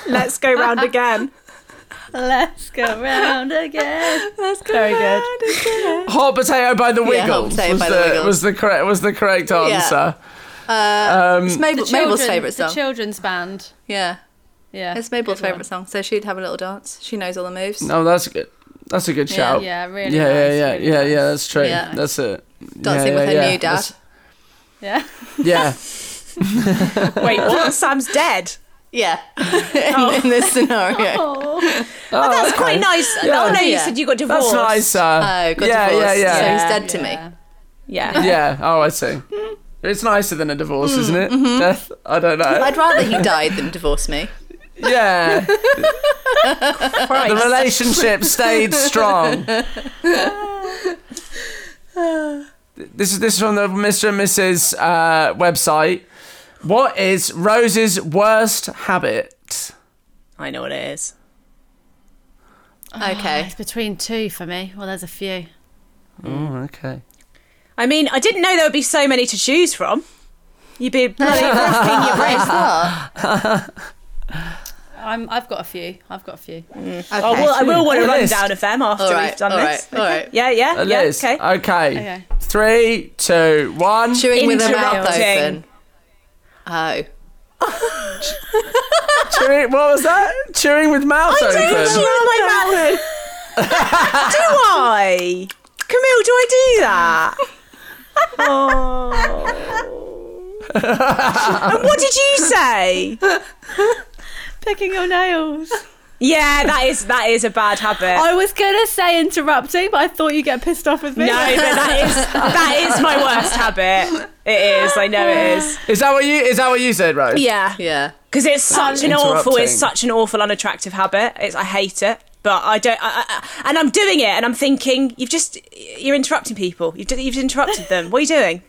Let's go round again.
Let's go round again.
Very good.
Hot potato by the
Yeah,
Wiggles.
hot potato
was
by
the,
the Wiggles.
Was the correct was the correct answer.
Uh,
Um,
It's Mabel,
The
Mabel's
children-
favourite
The
song.
children's band.
yeah,
Yeah.
it's Mabel's
good one.
favourite song. So she'd have a little dance. She knows all the moves.
No, that's good. That's a good
Yeah,
shout.
Yeah, really.
Oh. yeah,
nice,
yeah, yeah,
really
yeah,
nice.
yeah. That's true.
Yeah.
That's it.
Dancing
yeah,
with
yeah,
her
yeah.
new dad.
That's-
Yeah.
yeah,
Wait, what? Sam's dead.
Yeah, in,
Oh.
in this scenario.
Oh.
Oh,
That's quite
okay.
nice.
Yeah.
Oh no, you
Yeah.
said you got
That's
divorced.
nice. Uh,
Oh, got
yeah,
divorced.
yeah,
So
yeah,
he's dead to me.
Yeah.
Yeah.
yeah. Oh, I see. It's nicer than a divorce, isn't it?
Mm-hmm.
Death. I don't know.
I'd rather he died than divorce me.
Yeah, the relationship stayed strong. This is this is from the Mr. and Mrs. Uh, website. What is Rose's worst habit?
I know what it is.
Okay.
Oh.
It's between two for me. Well, there's a few.
Mm.
Oh, okay.
I mean, I didn't know there would be so many to choose from. You'd be bloody racking your brains.
I'm, I've got a few. I've got a few.
Okay.
Oh, well, I will want
A
a
list.
rundown of them after
all right.
we've done
all right.
this.
All right.
Yeah, yeah,
A
yeah.
list.
Okay.
Okay.
Okay.
Three, two, one.
Chewing with her mouth
Interrupting.
open. Oh.
Chewing, what was that? Chewing with mouth open.
Chew my mouth. do I? Camille, do I do that? Oh. and what did you say?
Picking your nails.
Yeah, that is that is a bad habit.
I was going to say interrupting, but I thought you'd get pissed off with me.
No, but that is that is my worst habit. It is. I know it is.
Is that what you? Is that what you said, Rose?
Yeah,
Yeah.
because it's such an awful.
Interrupting.
It's such an awful, unattractive habit. It's. I hate it. But I don't. I, I, I- and I'm doing it, and I'm thinking, you've just you're interrupting people. You've d- you've interrupted them. What are you doing?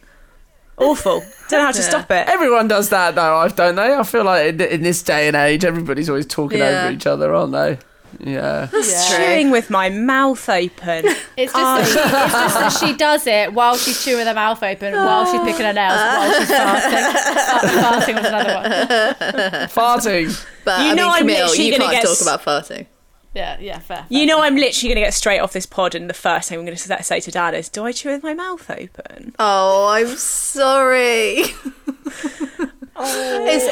Awful. Don't know how to stop it.
Everyone does that though, I don't they? I feel like in, in this day and age, everybody's always talking
Yeah.
over each other, aren't they? Yeah.
That's
Chewing with my mouth open.
It's just, that she, it's just that she does it while she's chewing with her mouth open, while she's picking her nails, while she's fasting. Fa- fasting was another one.
Farting.
But
You
I
know
mean,
I'm
Camille,
literally
you
gonna
can't
get
talk
s-
about farting.
Yeah, yeah, fair.
You know, I'm literally going to get straight off this pod, and the first thing I'm going to say to Dad is, "Do I chew with my mouth open?"
Oh, I'm sorry. it's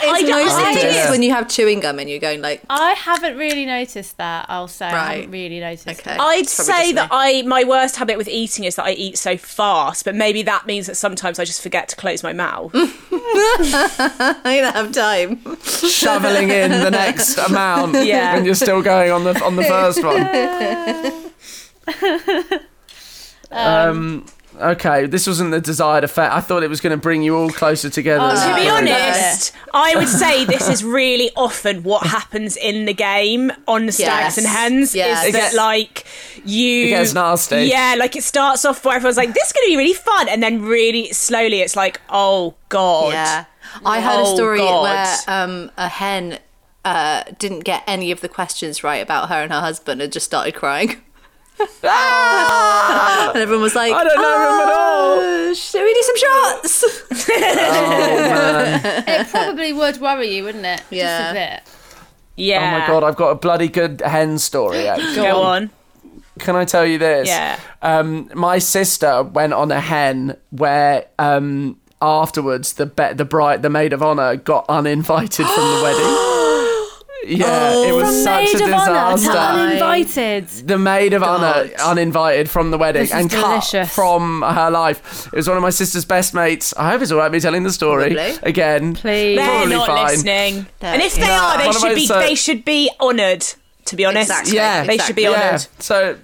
I
it's
don't-
most
I-
interesting
Yeah.
when you have chewing gum and you're going like,
I haven't really noticed that, I'll say. I
Right.
haven't really noticed
okay.
it.
I'd
it's probably
say
just
that
me.
I my worst habit with eating is that I eat so fast, but maybe that means that sometimes I just forget to close my mouth.
I don't have time.
Shoveling in the next amount.
Yeah.
And you're still going on the on the first one.
Uh,
Um. Okay, this wasn't the desired effect. I thought it was going to bring you all closer together.
Oh,
to
no.
be
Yeah.
honest, I would say this is really often what happens in the game on the stags
Yes.
and hens.
Yes.
Is
It
that
gets-
like you?
It gets nasty.
Yeah, like it starts off where everyone's like, "This is going to be really fun," and then really slowly, it's like, "Oh god."
Yeah. I heard
Oh,
a story
God.
where um, a hen uh, didn't get any of the questions right about her and her husband and just started crying. and everyone was like,
Ah! I don't know him at all.
"Uh, Should we do some shots?
Oh.
Oh,
It probably would worry you, wouldn't it?
Yeah.
Just a
Oh
Yeah.
my god, I've got a bloody good hen story. actually.
Go on.
Can I tell you this?
Yeah.
Um, my sister went on a hen where um, afterwards the be- the bride, the maid of honor, got uninvited from the wedding. Yeah, it was
bit.
such a
Oh. Maid of honour
disaster.
to uninvited.
the maid of honor uninvited from the wedding
This is
and cut
delicious.
from her life. It was one of my sister's best mates. I hope it's all right me telling the story
Probably.
again.
Please.
They're
Probably
not
fine.
listening.
They're-
and if they
Yeah.
are, they
What
should
about
be.
so-
they should be honoured. To be honest.
Exactly.
Yeah,
They should be
Yeah.
honoured.
So it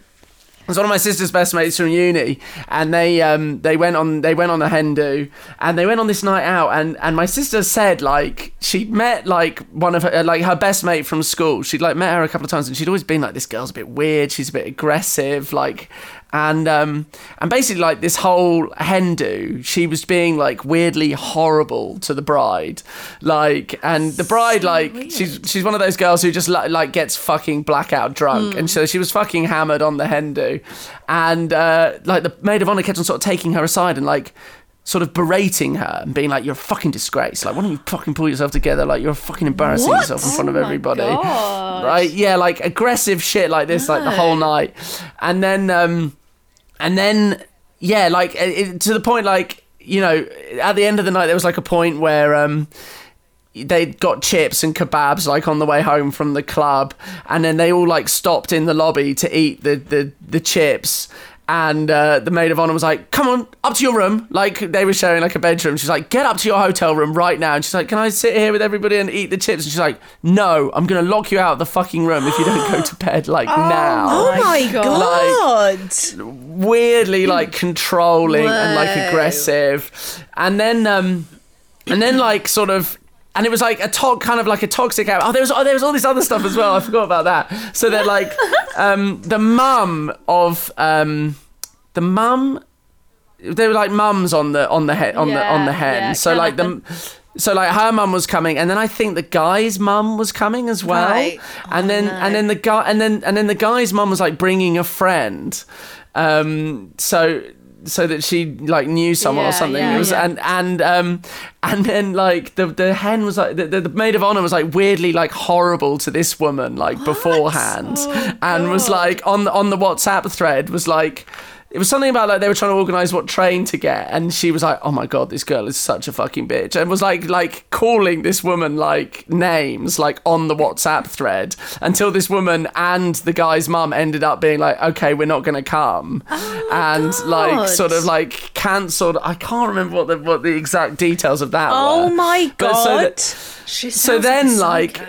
was one of my sister's best mates from uni, and they um, they went on they went on a hen do, and they went on this night out, and, and my sister said like she met like one of her like her best mate from school. She'd like met her a couple of times, and she'd always been like this girl's a bit weird, she's a bit aggressive, like. And um, and basically, like this whole hen do, she was being like weirdly horrible to the bride, like, and the bride, like, she's she's one of those girls who just like, like gets fucking blackout drunk, and so she was fucking hammered on the hen do, and uh, like the maid of honor kept on sort of taking her aside and like sort of berating her and being like, "You're a fucking disgrace. Like, why don't you fucking pull yourself together? Like, you're fucking embarrassing yourself in front of everybody."
gosh.
Right? Yeah, like aggressive shit like this, like the whole night, and then, um, and then, yeah, like it, it- to the point, like you know, at the end of the night, there was like a point where. um they got chips and kebabs like on the way home from the club and then they all like stopped in the lobby to eat the the, the chips and uh, the maid of honor was like, "Come on, up to your room." Like they were sharing like a bedroom. She's like, "Get up to your hotel room right now." And she's like, "Can I sit here with everybody and eat the chips?" And she's like, "No, I'm gonna lock you out of the fucking room if you don't go to bed like now."
Oh my god!
weirdly like controlling and like aggressive and then um and then like sort of and it was like a to- kind of like a toxic out. Oh, there was oh, there was all this other stuff as well. I forgot about that. So they're like um, the mum of um, the mum. They were like mums on the on the head on the on the
Yeah,
hen.
yeah,
so
can
like the so like her mum was coming, and then I think the guy's mum was coming as well.
Right.
And then and then the guy and then and then the guy's mum was like bringing a friend, um, so so that she like knew someone or
Yeah,
something.
yeah,
it was
yeah.
and and um and then like the the hen was like the, the, the maid of honor was like weirdly like horrible to this woman like beforehand, and was like on the, on the WhatsApp thread was like. It was something about like they were trying to organise what train to get, and she was like, "Oh my god, this girl is such a fucking bitch," and was like, like calling this woman like names like on the WhatsApp thread until this woman and the guy's mum ended up being like, "Okay, we're not going to come," and like sort of like cancelled. I can't remember what the what the exact details of that
Oh
were.
my
But
god!
so that-
She
so then, like,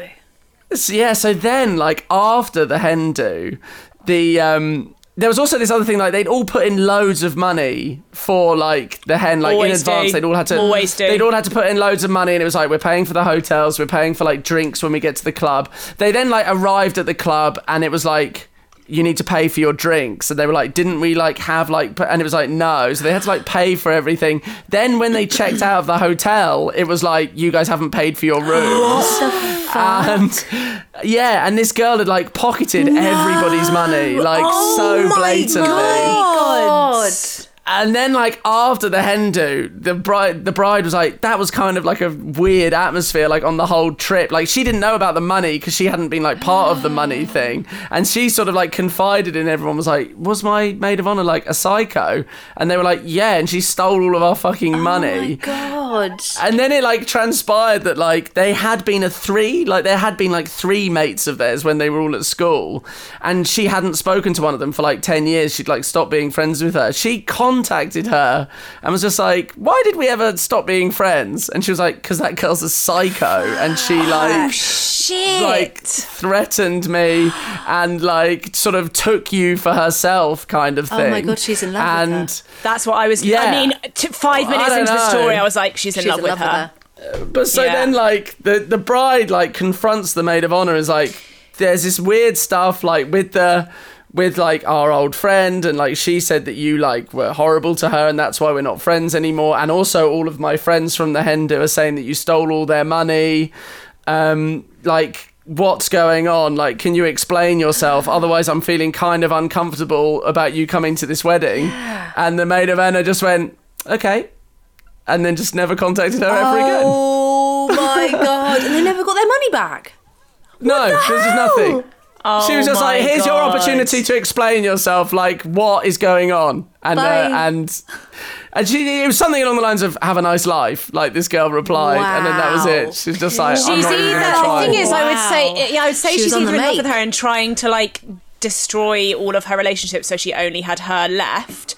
so, yeah, so then, like, after the hen do, the um, there was also this other thing, like, they'd all put in loads of money for like the hen, like
Always
in advance.
do.
They'd all had to,
Always do.
they'd all had to put in loads of money, and it was like we're paying for the hotels, we're paying for like drinks when we get to the club. They then like arrived at the club, and it was like. You need to pay for your drinks, and they were like, "Didn't we like have like?" p-" And it was like, "No." So they had to like pay for everything. Then when they checked out of the hotel, it was like, "You guys haven't paid for your rooms." and yeah, and this girl had like pocketed everybody's money, like so blatantly.
Oh
God.
And then like after the hen do, the bride the bride was like, that was kind of like a weird atmosphere, like on the whole trip. Like she didn't know about the money because she hadn't been like part of the money thing. And she sort of like confided in everyone, was like, Was my maid of honor like a psycho? And they were like, Yeah, and she stole all of our fucking money.
God.
And then it like transpired that like they had been a three, like there had been like three mates of theirs when they were all at school, and she hadn't spoken to one of them for like ten years. She'd like stopped being friends with her. She contacted her and was just like, "Why did we ever stop being friends?" And she was like, "Cause that girl's a psycho," and she
Ah,
like
shit!
like threatened me and like sort of took you for herself kind of thing.
Oh my God, she's in love with
and,
her.
That's what I was.
Yeah.
I mean, t- five
I
minutes
don't
into the
know.
story, I was like, she's in,
She's
love,
in
with,
love
her.
But so
Yeah.
then, like the the bride, like confronts the maid of honor. Is like, there's this weird stuff, like with the with like our old friend, and like she said that you like were horrible to her, and that's why we're not friends anymore. And also, all of my friends from the Hendo are saying that you stole all their money. Um, like. What's going on? Like, can you explain yourself? Otherwise, I'm feeling kind of uncomfortable about you coming to this wedding. And the maid of honor just went, okay, and then just never contacted her ever again.
Oh my God. And they never got their money back.
No, this is nothing.
Oh
she was just
my
like, "Here's your
God.
opportunity to explain yourself. Like, what is going on?" And uh,
Bye.
and and she it was something along the lines of "Have a nice life." Like this girl replied, and then that was
Wow.
it. She's just like, "I'm
She's
not even
either.
gonna try."
The thing is, I
Wow.
would say, yeah, I would say
She was
she's
on
either
the
in love
make.
with her and trying to like destroy all of her relationships, so she only had her left,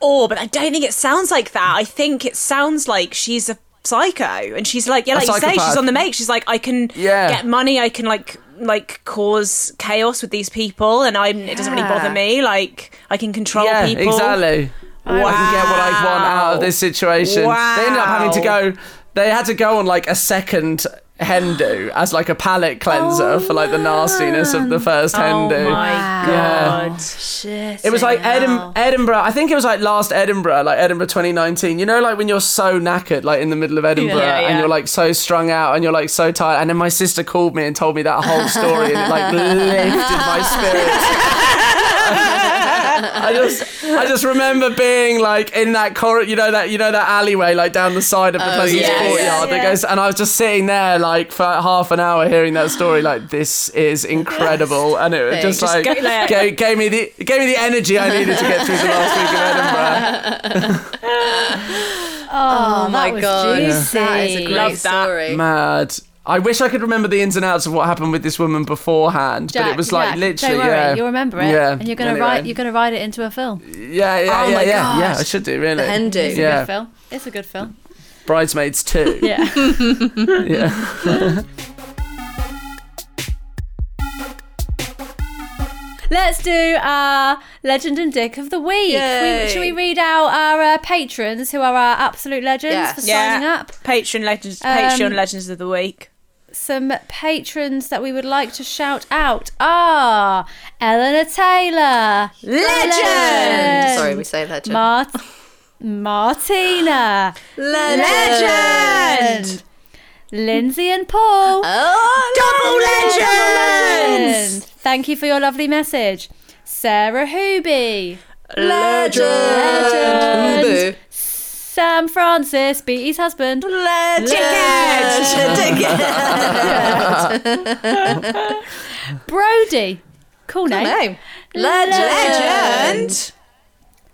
or but I don't think it sounds like that. I think it sounds like she's a psycho, and she's like, yeah,
A
like you say, she's
psychopath.
on the make. She's like, I can
Yeah.
get money, I can like like cause chaos with these people, and I'm it doesn't really bother me. Like I can control
yeah,
people.
exactly. I can get what I want out of this situation. They ended up having to
Wow.
go. They had to go on like a second Hendu as like a palate cleanser for like the nastiness of the first
Oh
Hendu.
my
uh, Yeah.
god.
Shit.
It was like Edim- Edinburgh. I think it was like last Edinburgh, like Edinburgh 2019. You know, like when you're so knackered, like in the middle of Edinburgh,
Yeah, yeah.
and you're like so strung out, and you're like so tired. And then my sister called me and told me that whole story, and it like lifted my spirits. I just, I just remember being like in that corridor, you know that, you know that alleyway, like down the side of the Pleasance
yes.
courtyard that
Oh, Yeah.
goes, and I was just sitting there like for half an hour hearing that story, like this is incredible, and it was just
Just
like
go there.
gave, gave me the gave me the energy I needed to get through the last week of Edinburgh.
Oh,
my
that was
God.
Juicy.
That is a great
Love that.
story.
Mad. I wish I could remember the ins and outs of what happened with this woman beforehand,
Jack,
but it was like
Jack,
literally,
Don't worry,
yeah,
you'll remember it,
Yeah.
and you're gonna
Anyway.
write. You're gonna write it into a film.
Yeah, yeah,
Oh
yeah,
my
yeah,
gosh.
yeah. I should do really.
The hen do.
It's a
Yeah.
good film. It's a good film.
Bridesmaids too.
Yeah.
yeah.
Let's do our legend and dick of the week.
Yay.
We, should we read out our uh, patrons who are our absolute legends
Yes.
for
Yeah.
signing up?
Patreon legends,
Um,
Patreon legends of the week.
Some patrons that we would like to shout out are Eleanor Taylor,
Legend!
Sorry, we say legend.
Mart- Martina,
legend.
Legend, Lindsay and Paul.
Oh,
Legend! Thank you for your lovely message. Sarah Hooby, Legend.
Legend.
Sam Francis, Beatty's husband,
Legend.
Brody, cool name,
Name.
Legend.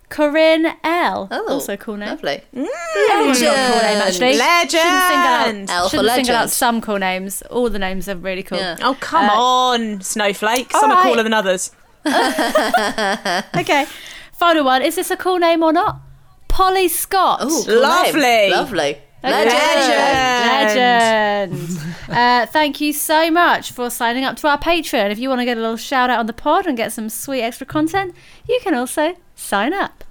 Corinne L,
Oh,
also cool name.
Lovely.
Everyone's got a cool name actually.
Legend.
Shouldn't single out,
L
shouldn't
for
single
legend.
out some cool names. All the names are really cool.
Yeah.
Oh come
Uh,
on, snowflake. Some
right.
are cooler than others.
Okay, final one. Is this a cool name or not? Polly Scott.
Ooh, cool
Lovely.
name. Lovely. Legend.
Legend. uh, thank you so much for signing up to our Patreon. If you want to get a little shout out on the pod and get some sweet extra content, you can also sign up.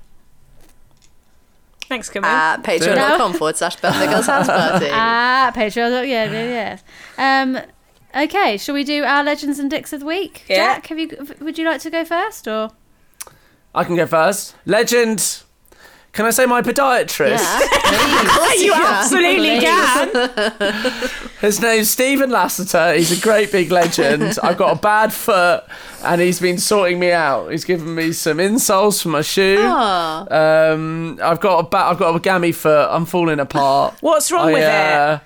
Thanks, Camille.
Uh,
At patreon.com forward slash birthday girls house party.
Ah, Patreon. Yeah, yeah, yeah. Um, okay, shall we do our legends and dicks of the week?
Yeah.
Jack, have you? Would you like to go first or?
I can go first. Legend. Can I say my podiatrist?
you absolutely can.
His name's Stephen Lasseter. He's a great big legend. I've got a bad foot, and he's been sorting me out. He's given me some insoles for my shoe.
Oh.
Aw.
Um, I've got a ba- I've got a gammy foot. I'm falling apart.
What's wrong
I,
with it?
uh,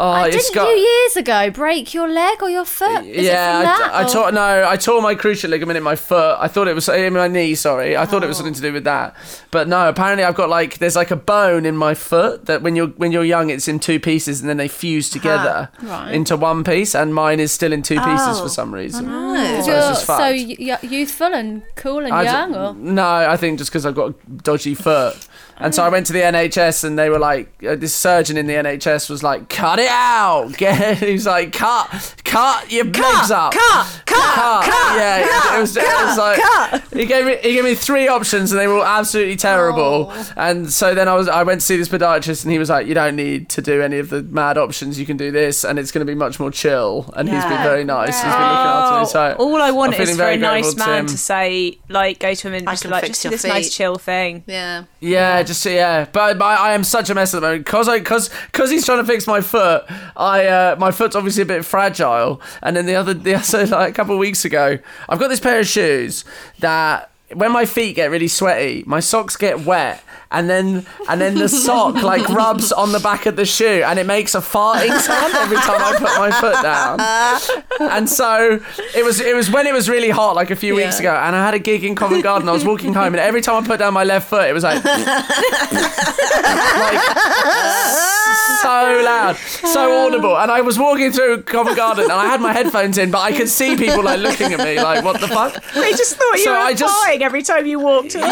Oh, it's
Didn't
got.
you years ago break your leg or your foot? Is
yeah,
it from that,
I, I
or-
tore no, I tore my cruciate ligament in my foot. I thought it was in my knee. Sorry, I thought it was something to do with that. But no, apparently I've got like there's like a bone in my foot that when you're when you're young it's in two pieces and then they fuse together
Right.
into one piece, and mine is still in two pieces
Oh.
for some reason.
Because
So it's
you're
just
so
fucked.
y- y- youthful and cool and
I d- Mm.
young, or
No, I think just because I've got a dodgy foot. And so I went to the NHS and they were like, uh, this surgeon in the NHS was like, cut it out. Get, he was like, cut, cut your legs up.
cut, cut, cut,
Yeah, it- it, was, it was like,
cut.
he gave me he gave me three options and they were all absolutely terrible.
Oh.
And so then I was I went to see this podiatrist and he was like, you don't need to do any of the mad options. You can do this and it's going to be much more chill. And he's been very nice. He's been looking after me. So
Oh, all I want
I'm feeling
is for a
very grateful
nice man
him.
to say, like, go to him and
I
just be
can
like,
fix
just do
your
this nice
feet.
chill thing.
Yeah.
Yeah, just yeah, but, but I am such a mess at the moment because I because because he's trying to fix my foot. I uh, my foot's obviously a bit fragile, and then the other the so like a couple of weeks ago, I've got this pair of shoes that when my feet get really sweaty, my socks get wet, and then and then the sock like rubs on the back of the shoe, and it makes a farting sound every time I put my foot down and so it was it was when it was really hot, like a few weeks ago,
Yeah.
and I had a gig in Covent Garden. I was walking home, and every time I put down my left foot, it was like. like so loud, so audible, and I was walking through Covent Garden, and I had my headphones in, but I could see people like looking at me, like what the fuck?
They just thought you
So
were
I just-
farting every time you walked along.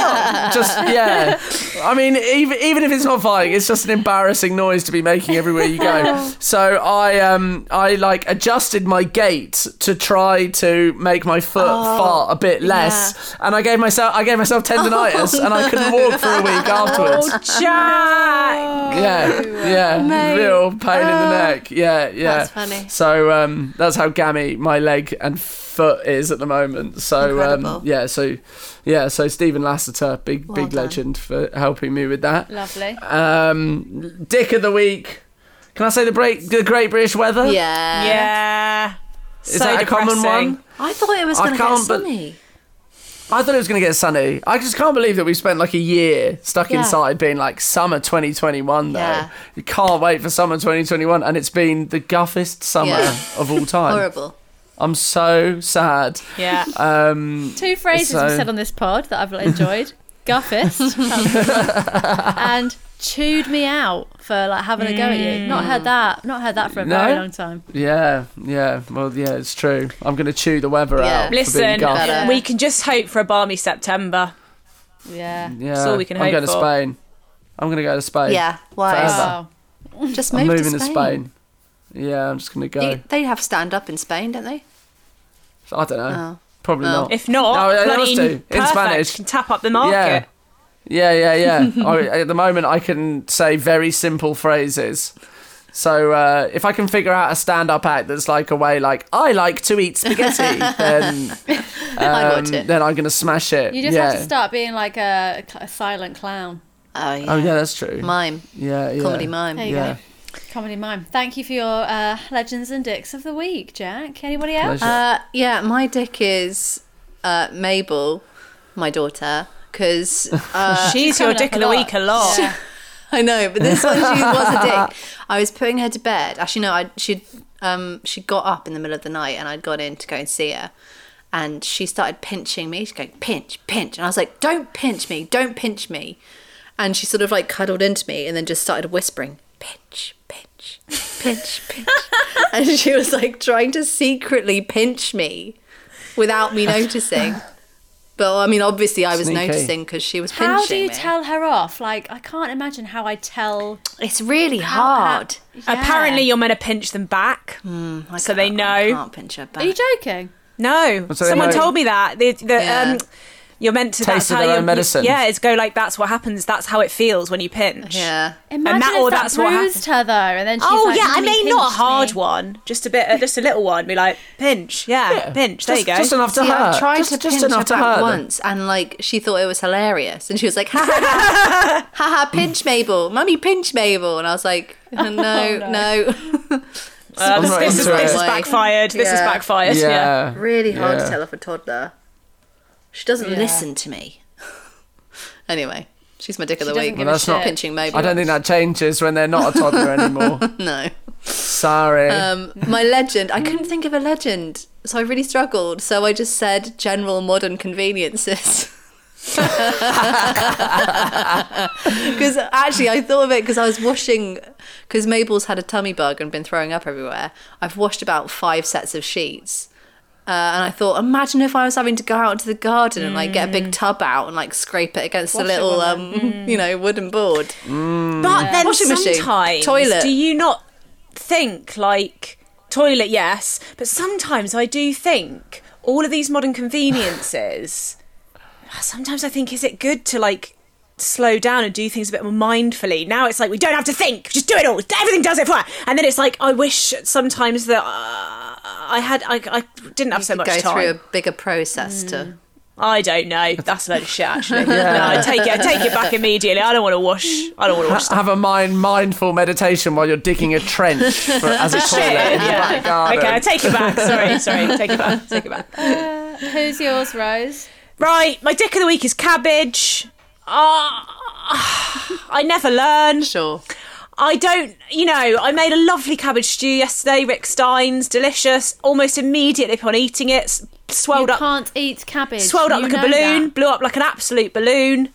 Just yeah, I mean, even even if it's not farting, it's just an embarrassing noise to be making everywhere you go. So I um I like adjusted my gait to try to make my foot fart a bit less, and I gave myself I gave myself tendonitis, and I couldn't walk for a week afterwards.
Oh, Jack!
Yeah, yeah, real pain in the neck. Yeah, yeah.
Oh, That's funny.
So um, that's how gammy my leg and foot is at the moment. So um,
Incredible.
yeah, so yeah, so Stephen Lasseter, big
Well
big
done.
legend for helping me with that.
lovely.
Um, Dick of the week. Can I say the break the Great British weather?
Yeah.
Yeah.
is that a common one?
I thought it was
I
going to get
can't be-
sunny.
I thought it was going to get sunny. I just can't believe that we spent like a year stuck
Yeah.
inside being like summer 2021 though.
Yeah.
You can't wait for summer 2021 and it's been the guffest summer
Yeah.
of all time.
Horrible.
I'm so sad.
Yeah.
Um
Two phrases we
So-
said on this pod that I've enjoyed: guffist and chewed me out for like having a go at
Mm.
you. Not heard that. Not heard that for a
No?
very long time.
yeah, yeah. Well, yeah, it's true. I'm going to chew the weather
Yeah.
out. for being
Listen,
guff.
better.
we can just hope for a balmy September.
Yeah.
Yeah.
That's all we can
I'm
hope
going to
for.
Spain. I'm going to go to Spain.
Yeah, why?
Forever.
Wow.
Just move
I'm moving
to
to Spain. Yeah, I'm just going to go.
You- they have stand up in Spain, don't they?
I don't know.
Oh.
Probably
Oh.
not.
If not,
No, they
bloody
must do. In
perfect.
Spanish.
Can tap up the market.
Yeah, yeah, yeah. yeah. I, at the moment, I can say very simple phrases. So uh, if I can figure out a stand-up act that's like a way, like I like to eat spaghetti, then
I
um,
watch it.
then I'm gonna smash it.
You just
yeah.
have to start being like a, a silent clown.
Oh yeah.
Oh yeah, that's true.
Mime.
yeah, yeah.
Comedy mime.
There you
Yeah.
go. Comedy mime. Thank you for your uh, legends and dicks of the week, Jack. Anybody else?
Pleasure.
Uh, yeah, my dick is uh, Mabel, my daughter, because uh,
She's your
coming
dick
up
of
a
the
lot.
week a lot.
Yeah.
I know, but this one she was a dick. I was putting her to bed. Actually, no, I she um she got up in the middle of the night, and I'd gone in to go and see her, and she started pinching me. She's going pinch, pinch, and I was like, "Don't pinch me, don't pinch me," and she sort of like cuddled into me, and then just started whispering, "Pinch, pinch, pinch, pinch," and she was like trying to secretly pinch me without me noticing. But I mean, obviously, I was
Sneaky.
noticing because she was pinching
How do you
me.
tell her off? Like, I can't imagine how I tell.
it's really
how- how-
hard.
Yeah.
Apparently, you're meant to pinch them back.
I
So they
can't-
know.
I can't pinch her back.
Are you joking?
No,
so they
someone
might-
told me that. The, the,
Yeah.
um, you're meant to.
Taste
that's
of
how
their
you-
own medicine.
Yeah, it's go like that's what happens. That's how it feels when you pinch.
yeah.
Imagine
that-
if
or
that
that's what
bruised her though, and then she's
Oh
like,
yeah, I
"Mummy
mean not a
pinched
hard
me."
one, just a bit, uh, just a little one. Be like pinch, yeah, pinch. There
just,
you go.
Just enough to
See,
hurt.
I tried
just,
to
just
pinch
enough
her
to
back
hurt them.
once, and like she thought it was hilarious, and she was like, "Ha ha ha, ha, ha pinch Mabel, mummy, pinch Mabel," and I was like,
Oh,
"No, no,
Uh, this,
not
this is,
into
this
it.
is backfired. This is
Yeah.
backfired. Yeah.
Yeah.
really hard
Yeah.
to tell off a toddler. She doesn't listen to me. anyway, she's my dick of the
doesn't
week.
give
Well, a that's not- shit.
pinching Mabel.
I don't think that changes when they're not a toddler anymore.
no.
Sorry.
Um, my legend. I couldn't think of a legend, so I really struggled. So I just said general modern conveniences. Because actually, I thought of it because I was washing. Because Mabel's had a tummy bug and been throwing up everywhere. I've washed about five sets of sheets. Uh, and I thought, imagine if I was having to go out into the garden and like get a big tub out and like scrape it against a little, um, you know, wooden board.
But then
Washing machine,
sometimes,
toilet.
do you not think like toilet? Yes, but sometimes I do think all of these modern conveniences. sometimes I think, is it good to like slow down and do things a bit more mindfully? Now it's like we don't have to think, just do it all. Everything does it for. us. And then it's like I wish sometimes that uh, I had, I, I didn't have so much
go
time.
through a bigger process to.
I don't know. That's a load of shit. Actually,
Yeah.
no, I take it. I take it back immediately. I don't want to wash. I don't want to wash.
Ha- have a mind mindful meditation while you're digging a trench for, as a toilet in the
Yeah.
back garden.
Okay, I take it back. Sorry, sorry, take it back. Take it back.
Who's yours, Rose?
Right, my dick of the week is cabbage. Ah, I never learn.
Sure.
I don't, you know, I made a lovely cabbage stew yesterday. Rick Stein's, delicious. Almost immediately upon eating it, s- swelled
you
up,
can't eat cabbage.
swelled up
You
like a
know
balloon,
that.
blew up like an absolute balloon.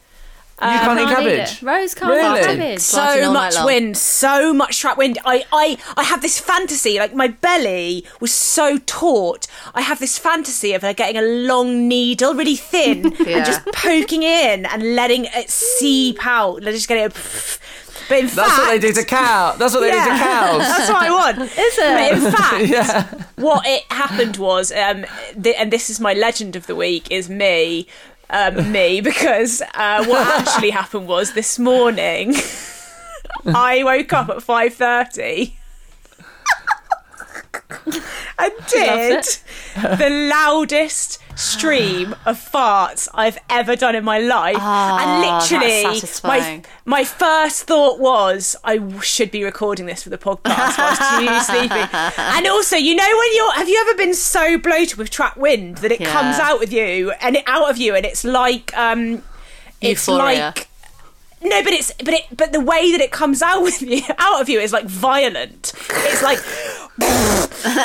uh,
you can't eat
Can't eat
cabbage.
it. Rose can't
Really?
eat cabbage.
Farting
so
all night
much
long.
wind, so much trap wind. I, I, I have this fantasy, like my belly was so taut. I have this fantasy of like, getting a long needle, really thin,
Yeah.
and just poking in and letting it seep out. Let's just get it. But in
That's
fact,
what they do to cow. That's what they do to cows.
that's what I want. Is it? in fact, what it happened was, um, th- and this is my legend of the week, is me. Um, me because uh, what actually happened was this morning I woke up at five thirty and did the loudest, stream of farts I've ever done in my life.
Ah, that's
and literally, my,
satisfying.
my first thought was, I w- should be recording this for the podcast whilst too sleepy. And also, you know, when you're, have you ever been so bloated with trapped wind that it
Yeah.
comes out with you and it out of you and it's like, um, it's
Euphoria.
like no, but it's but it but the way that it comes out with you out of you is like violent. It's like
Yeah,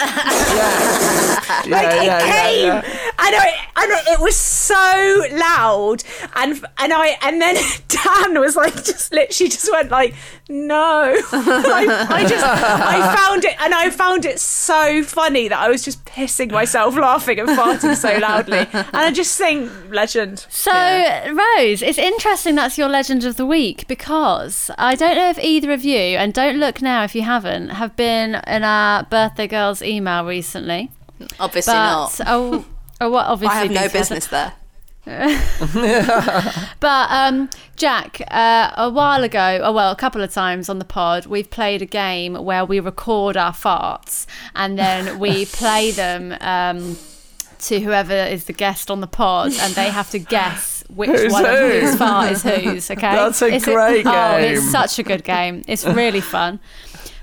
like
yeah,
it
yeah,
came,
yeah.
and I and I- it was so loud, and and I and then Dan was like just literally just went like no, I, I just I found it and I found it so funny that I was just pissing myself laughing and farting so loudly, and I just think legend.
So, Rose, it's interesting that's your legend of the week because I don't know if either of you, and don't look now if you haven't, have been in our birthday girls email recently.
Obviously
But
not.
oh, oh, what obviously
I have no
details.
business there.
But um, Jack, uh, a while ago, oh well, a couple of times on the pod, we've played a game where we record our farts and then we play them um, to whoever is the guest on the pod, and they have to guess which
Who's
one of
who?
whose fart is whose. Okay,
That's a
It's
great
Oh,
game.
it's such a good game. It's really fun.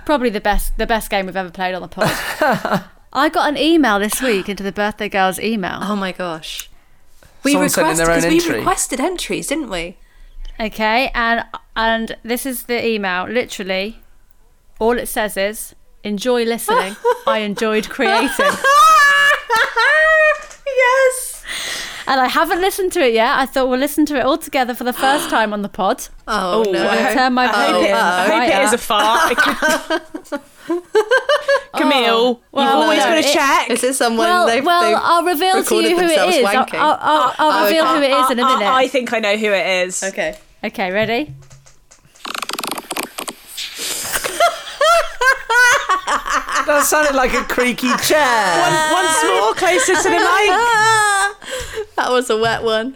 Probably the best, the best game we've ever played on the pod. I got an email this week into the birthday girls email.
Oh my gosh. We
Someone
requested
sent in their own
because we
entry.
requested entries, didn't we?
Okay, and and this is the email. Literally, all it says is enjoy listening. I enjoyed creating.
yes.
And I haven't listened to it yet. I thought we'll listen to it all together for the first time on the pod.
Oh, no.
I hope-
Turn my
I hope,
volume
it, I hope
uh, right
it is a
up.
fart. It could- Camille,
Oh. well,
you've always
no,
got to
it-
check.
Is it someone
Well,
they've,
well,
they've
I'll reveal to
recorded
you who it
themselves
is. I'll,
wanking?
I'll, I'll, I'll reveal
okay.
who it is in a
Oh, I-
minute.
I, I think I know who it is.
okay.
okay, ready?
That sounded like a creaky chair.
Once more, closer to the mic.
Ah, that was a wet one.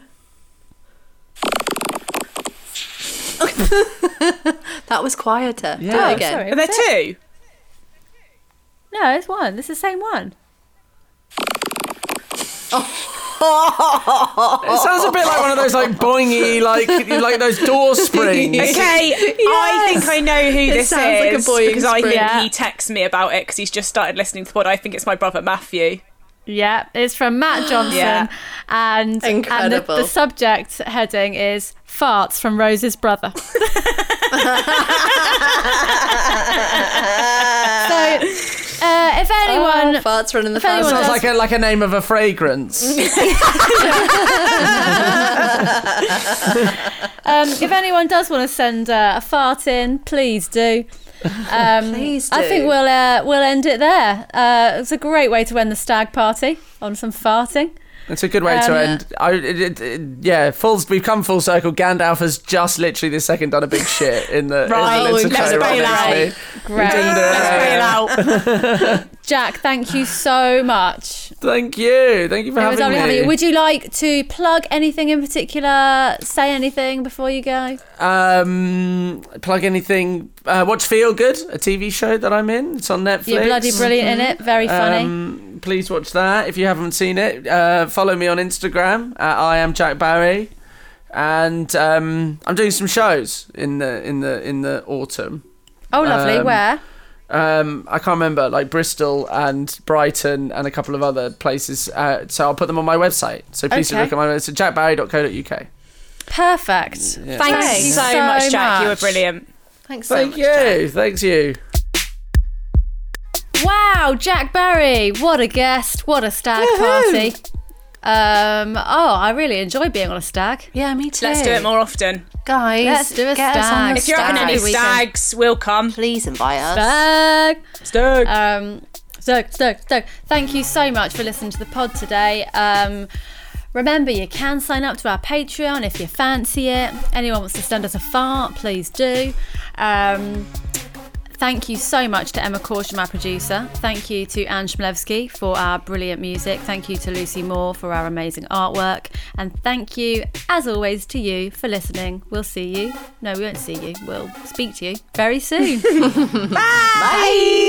that was quieter. Do
Yeah.
it again.
Oh, Sorry,
Are there
was it?
two?
No, it's one. It's the same one.
It sounds a bit like one of those like boingy, like like those door springs.
Okay, I think I know who this
sounds like a
is
boy in
because I
spring.
think
Yeah.
he texts me about it because he's just started listening to the pod. I think it's my brother Matthew.
Yeah, it's from Matt Johnson.
Yeah.
And, and the,
Incredible.
the subject heading is Farts from Rose's Brother. so, uh, if anyone.
Oh, farts running the
If anyone
fast.
Sounds like a like a name of a fragrance.
um, if anyone does want to send uh, a fart in, please do. Um,
Please
I
do.
think we'll uh, we'll end it there. Uh, it's a great way to end the stag party on some farting.
It's a good way
Um,
to end. I, it, it, it- yeah, full. We've come full circle. Gandalf has just literally this second done a big shit in the,
Right.
in the
Let's
literature.
bail out.
obviously.
Great.
didn't do it.
Let's bail out.
Jack, thank you so much.
Thank you. Thank you for
It was
having
lovely
me.
having you. Would you like to plug anything in particular? Say anything before you go?
um, plug anything? Uh, watch Feel Good, a TV show that I'm in. It's on Netflix.
You're bloody brilliant in it. Very funny.
Mm-hmm. Um, please watch that if you haven't seen it. Uh, follow me on Instagram. At I am Jack Barry, and um, I'm doing some shows in the in the in the autumn.
oh, lovely.
um,
Where?
Um, I can't remember, like Bristol and Brighton and a couple of other places. Uh, so I'll put them on my website. So please do
Okay.
look at my website, jackbarry.co.uk.
Perfect.
Thank
Thank
you
you
so
so
much, Jack. You were
much.
brilliant.
Thanks so
Thank
much,
you.
Jack.
Thanks you.
Wow, Jack Barry. What a guest. What a stag party. Um, oh, I really enjoy being on a stag.
Yeah, me too.
Let's do it more often.
guys.
Let's do a
get us on
stag.
the
If you're up in
stag.
any
Stag weekend.
stags, we'll come.
please invite us.
Stag.
Stag.
Um, Stug, Stug, Stug. Thank you so much for listening to the pod today. Um, remember, you can sign up to our Patreon if you fancy it. Anyone wants to send us a fart, please do. Um, thank you so much to Emma Corsham, our producer. Thank you to Ange Mlevsky for our brilliant music. Thank you to Lucy Moore for our amazing artwork. And thank you, as always, to you for listening. We'll see you. No, we won't see you. We'll speak to you very soon.
Bye.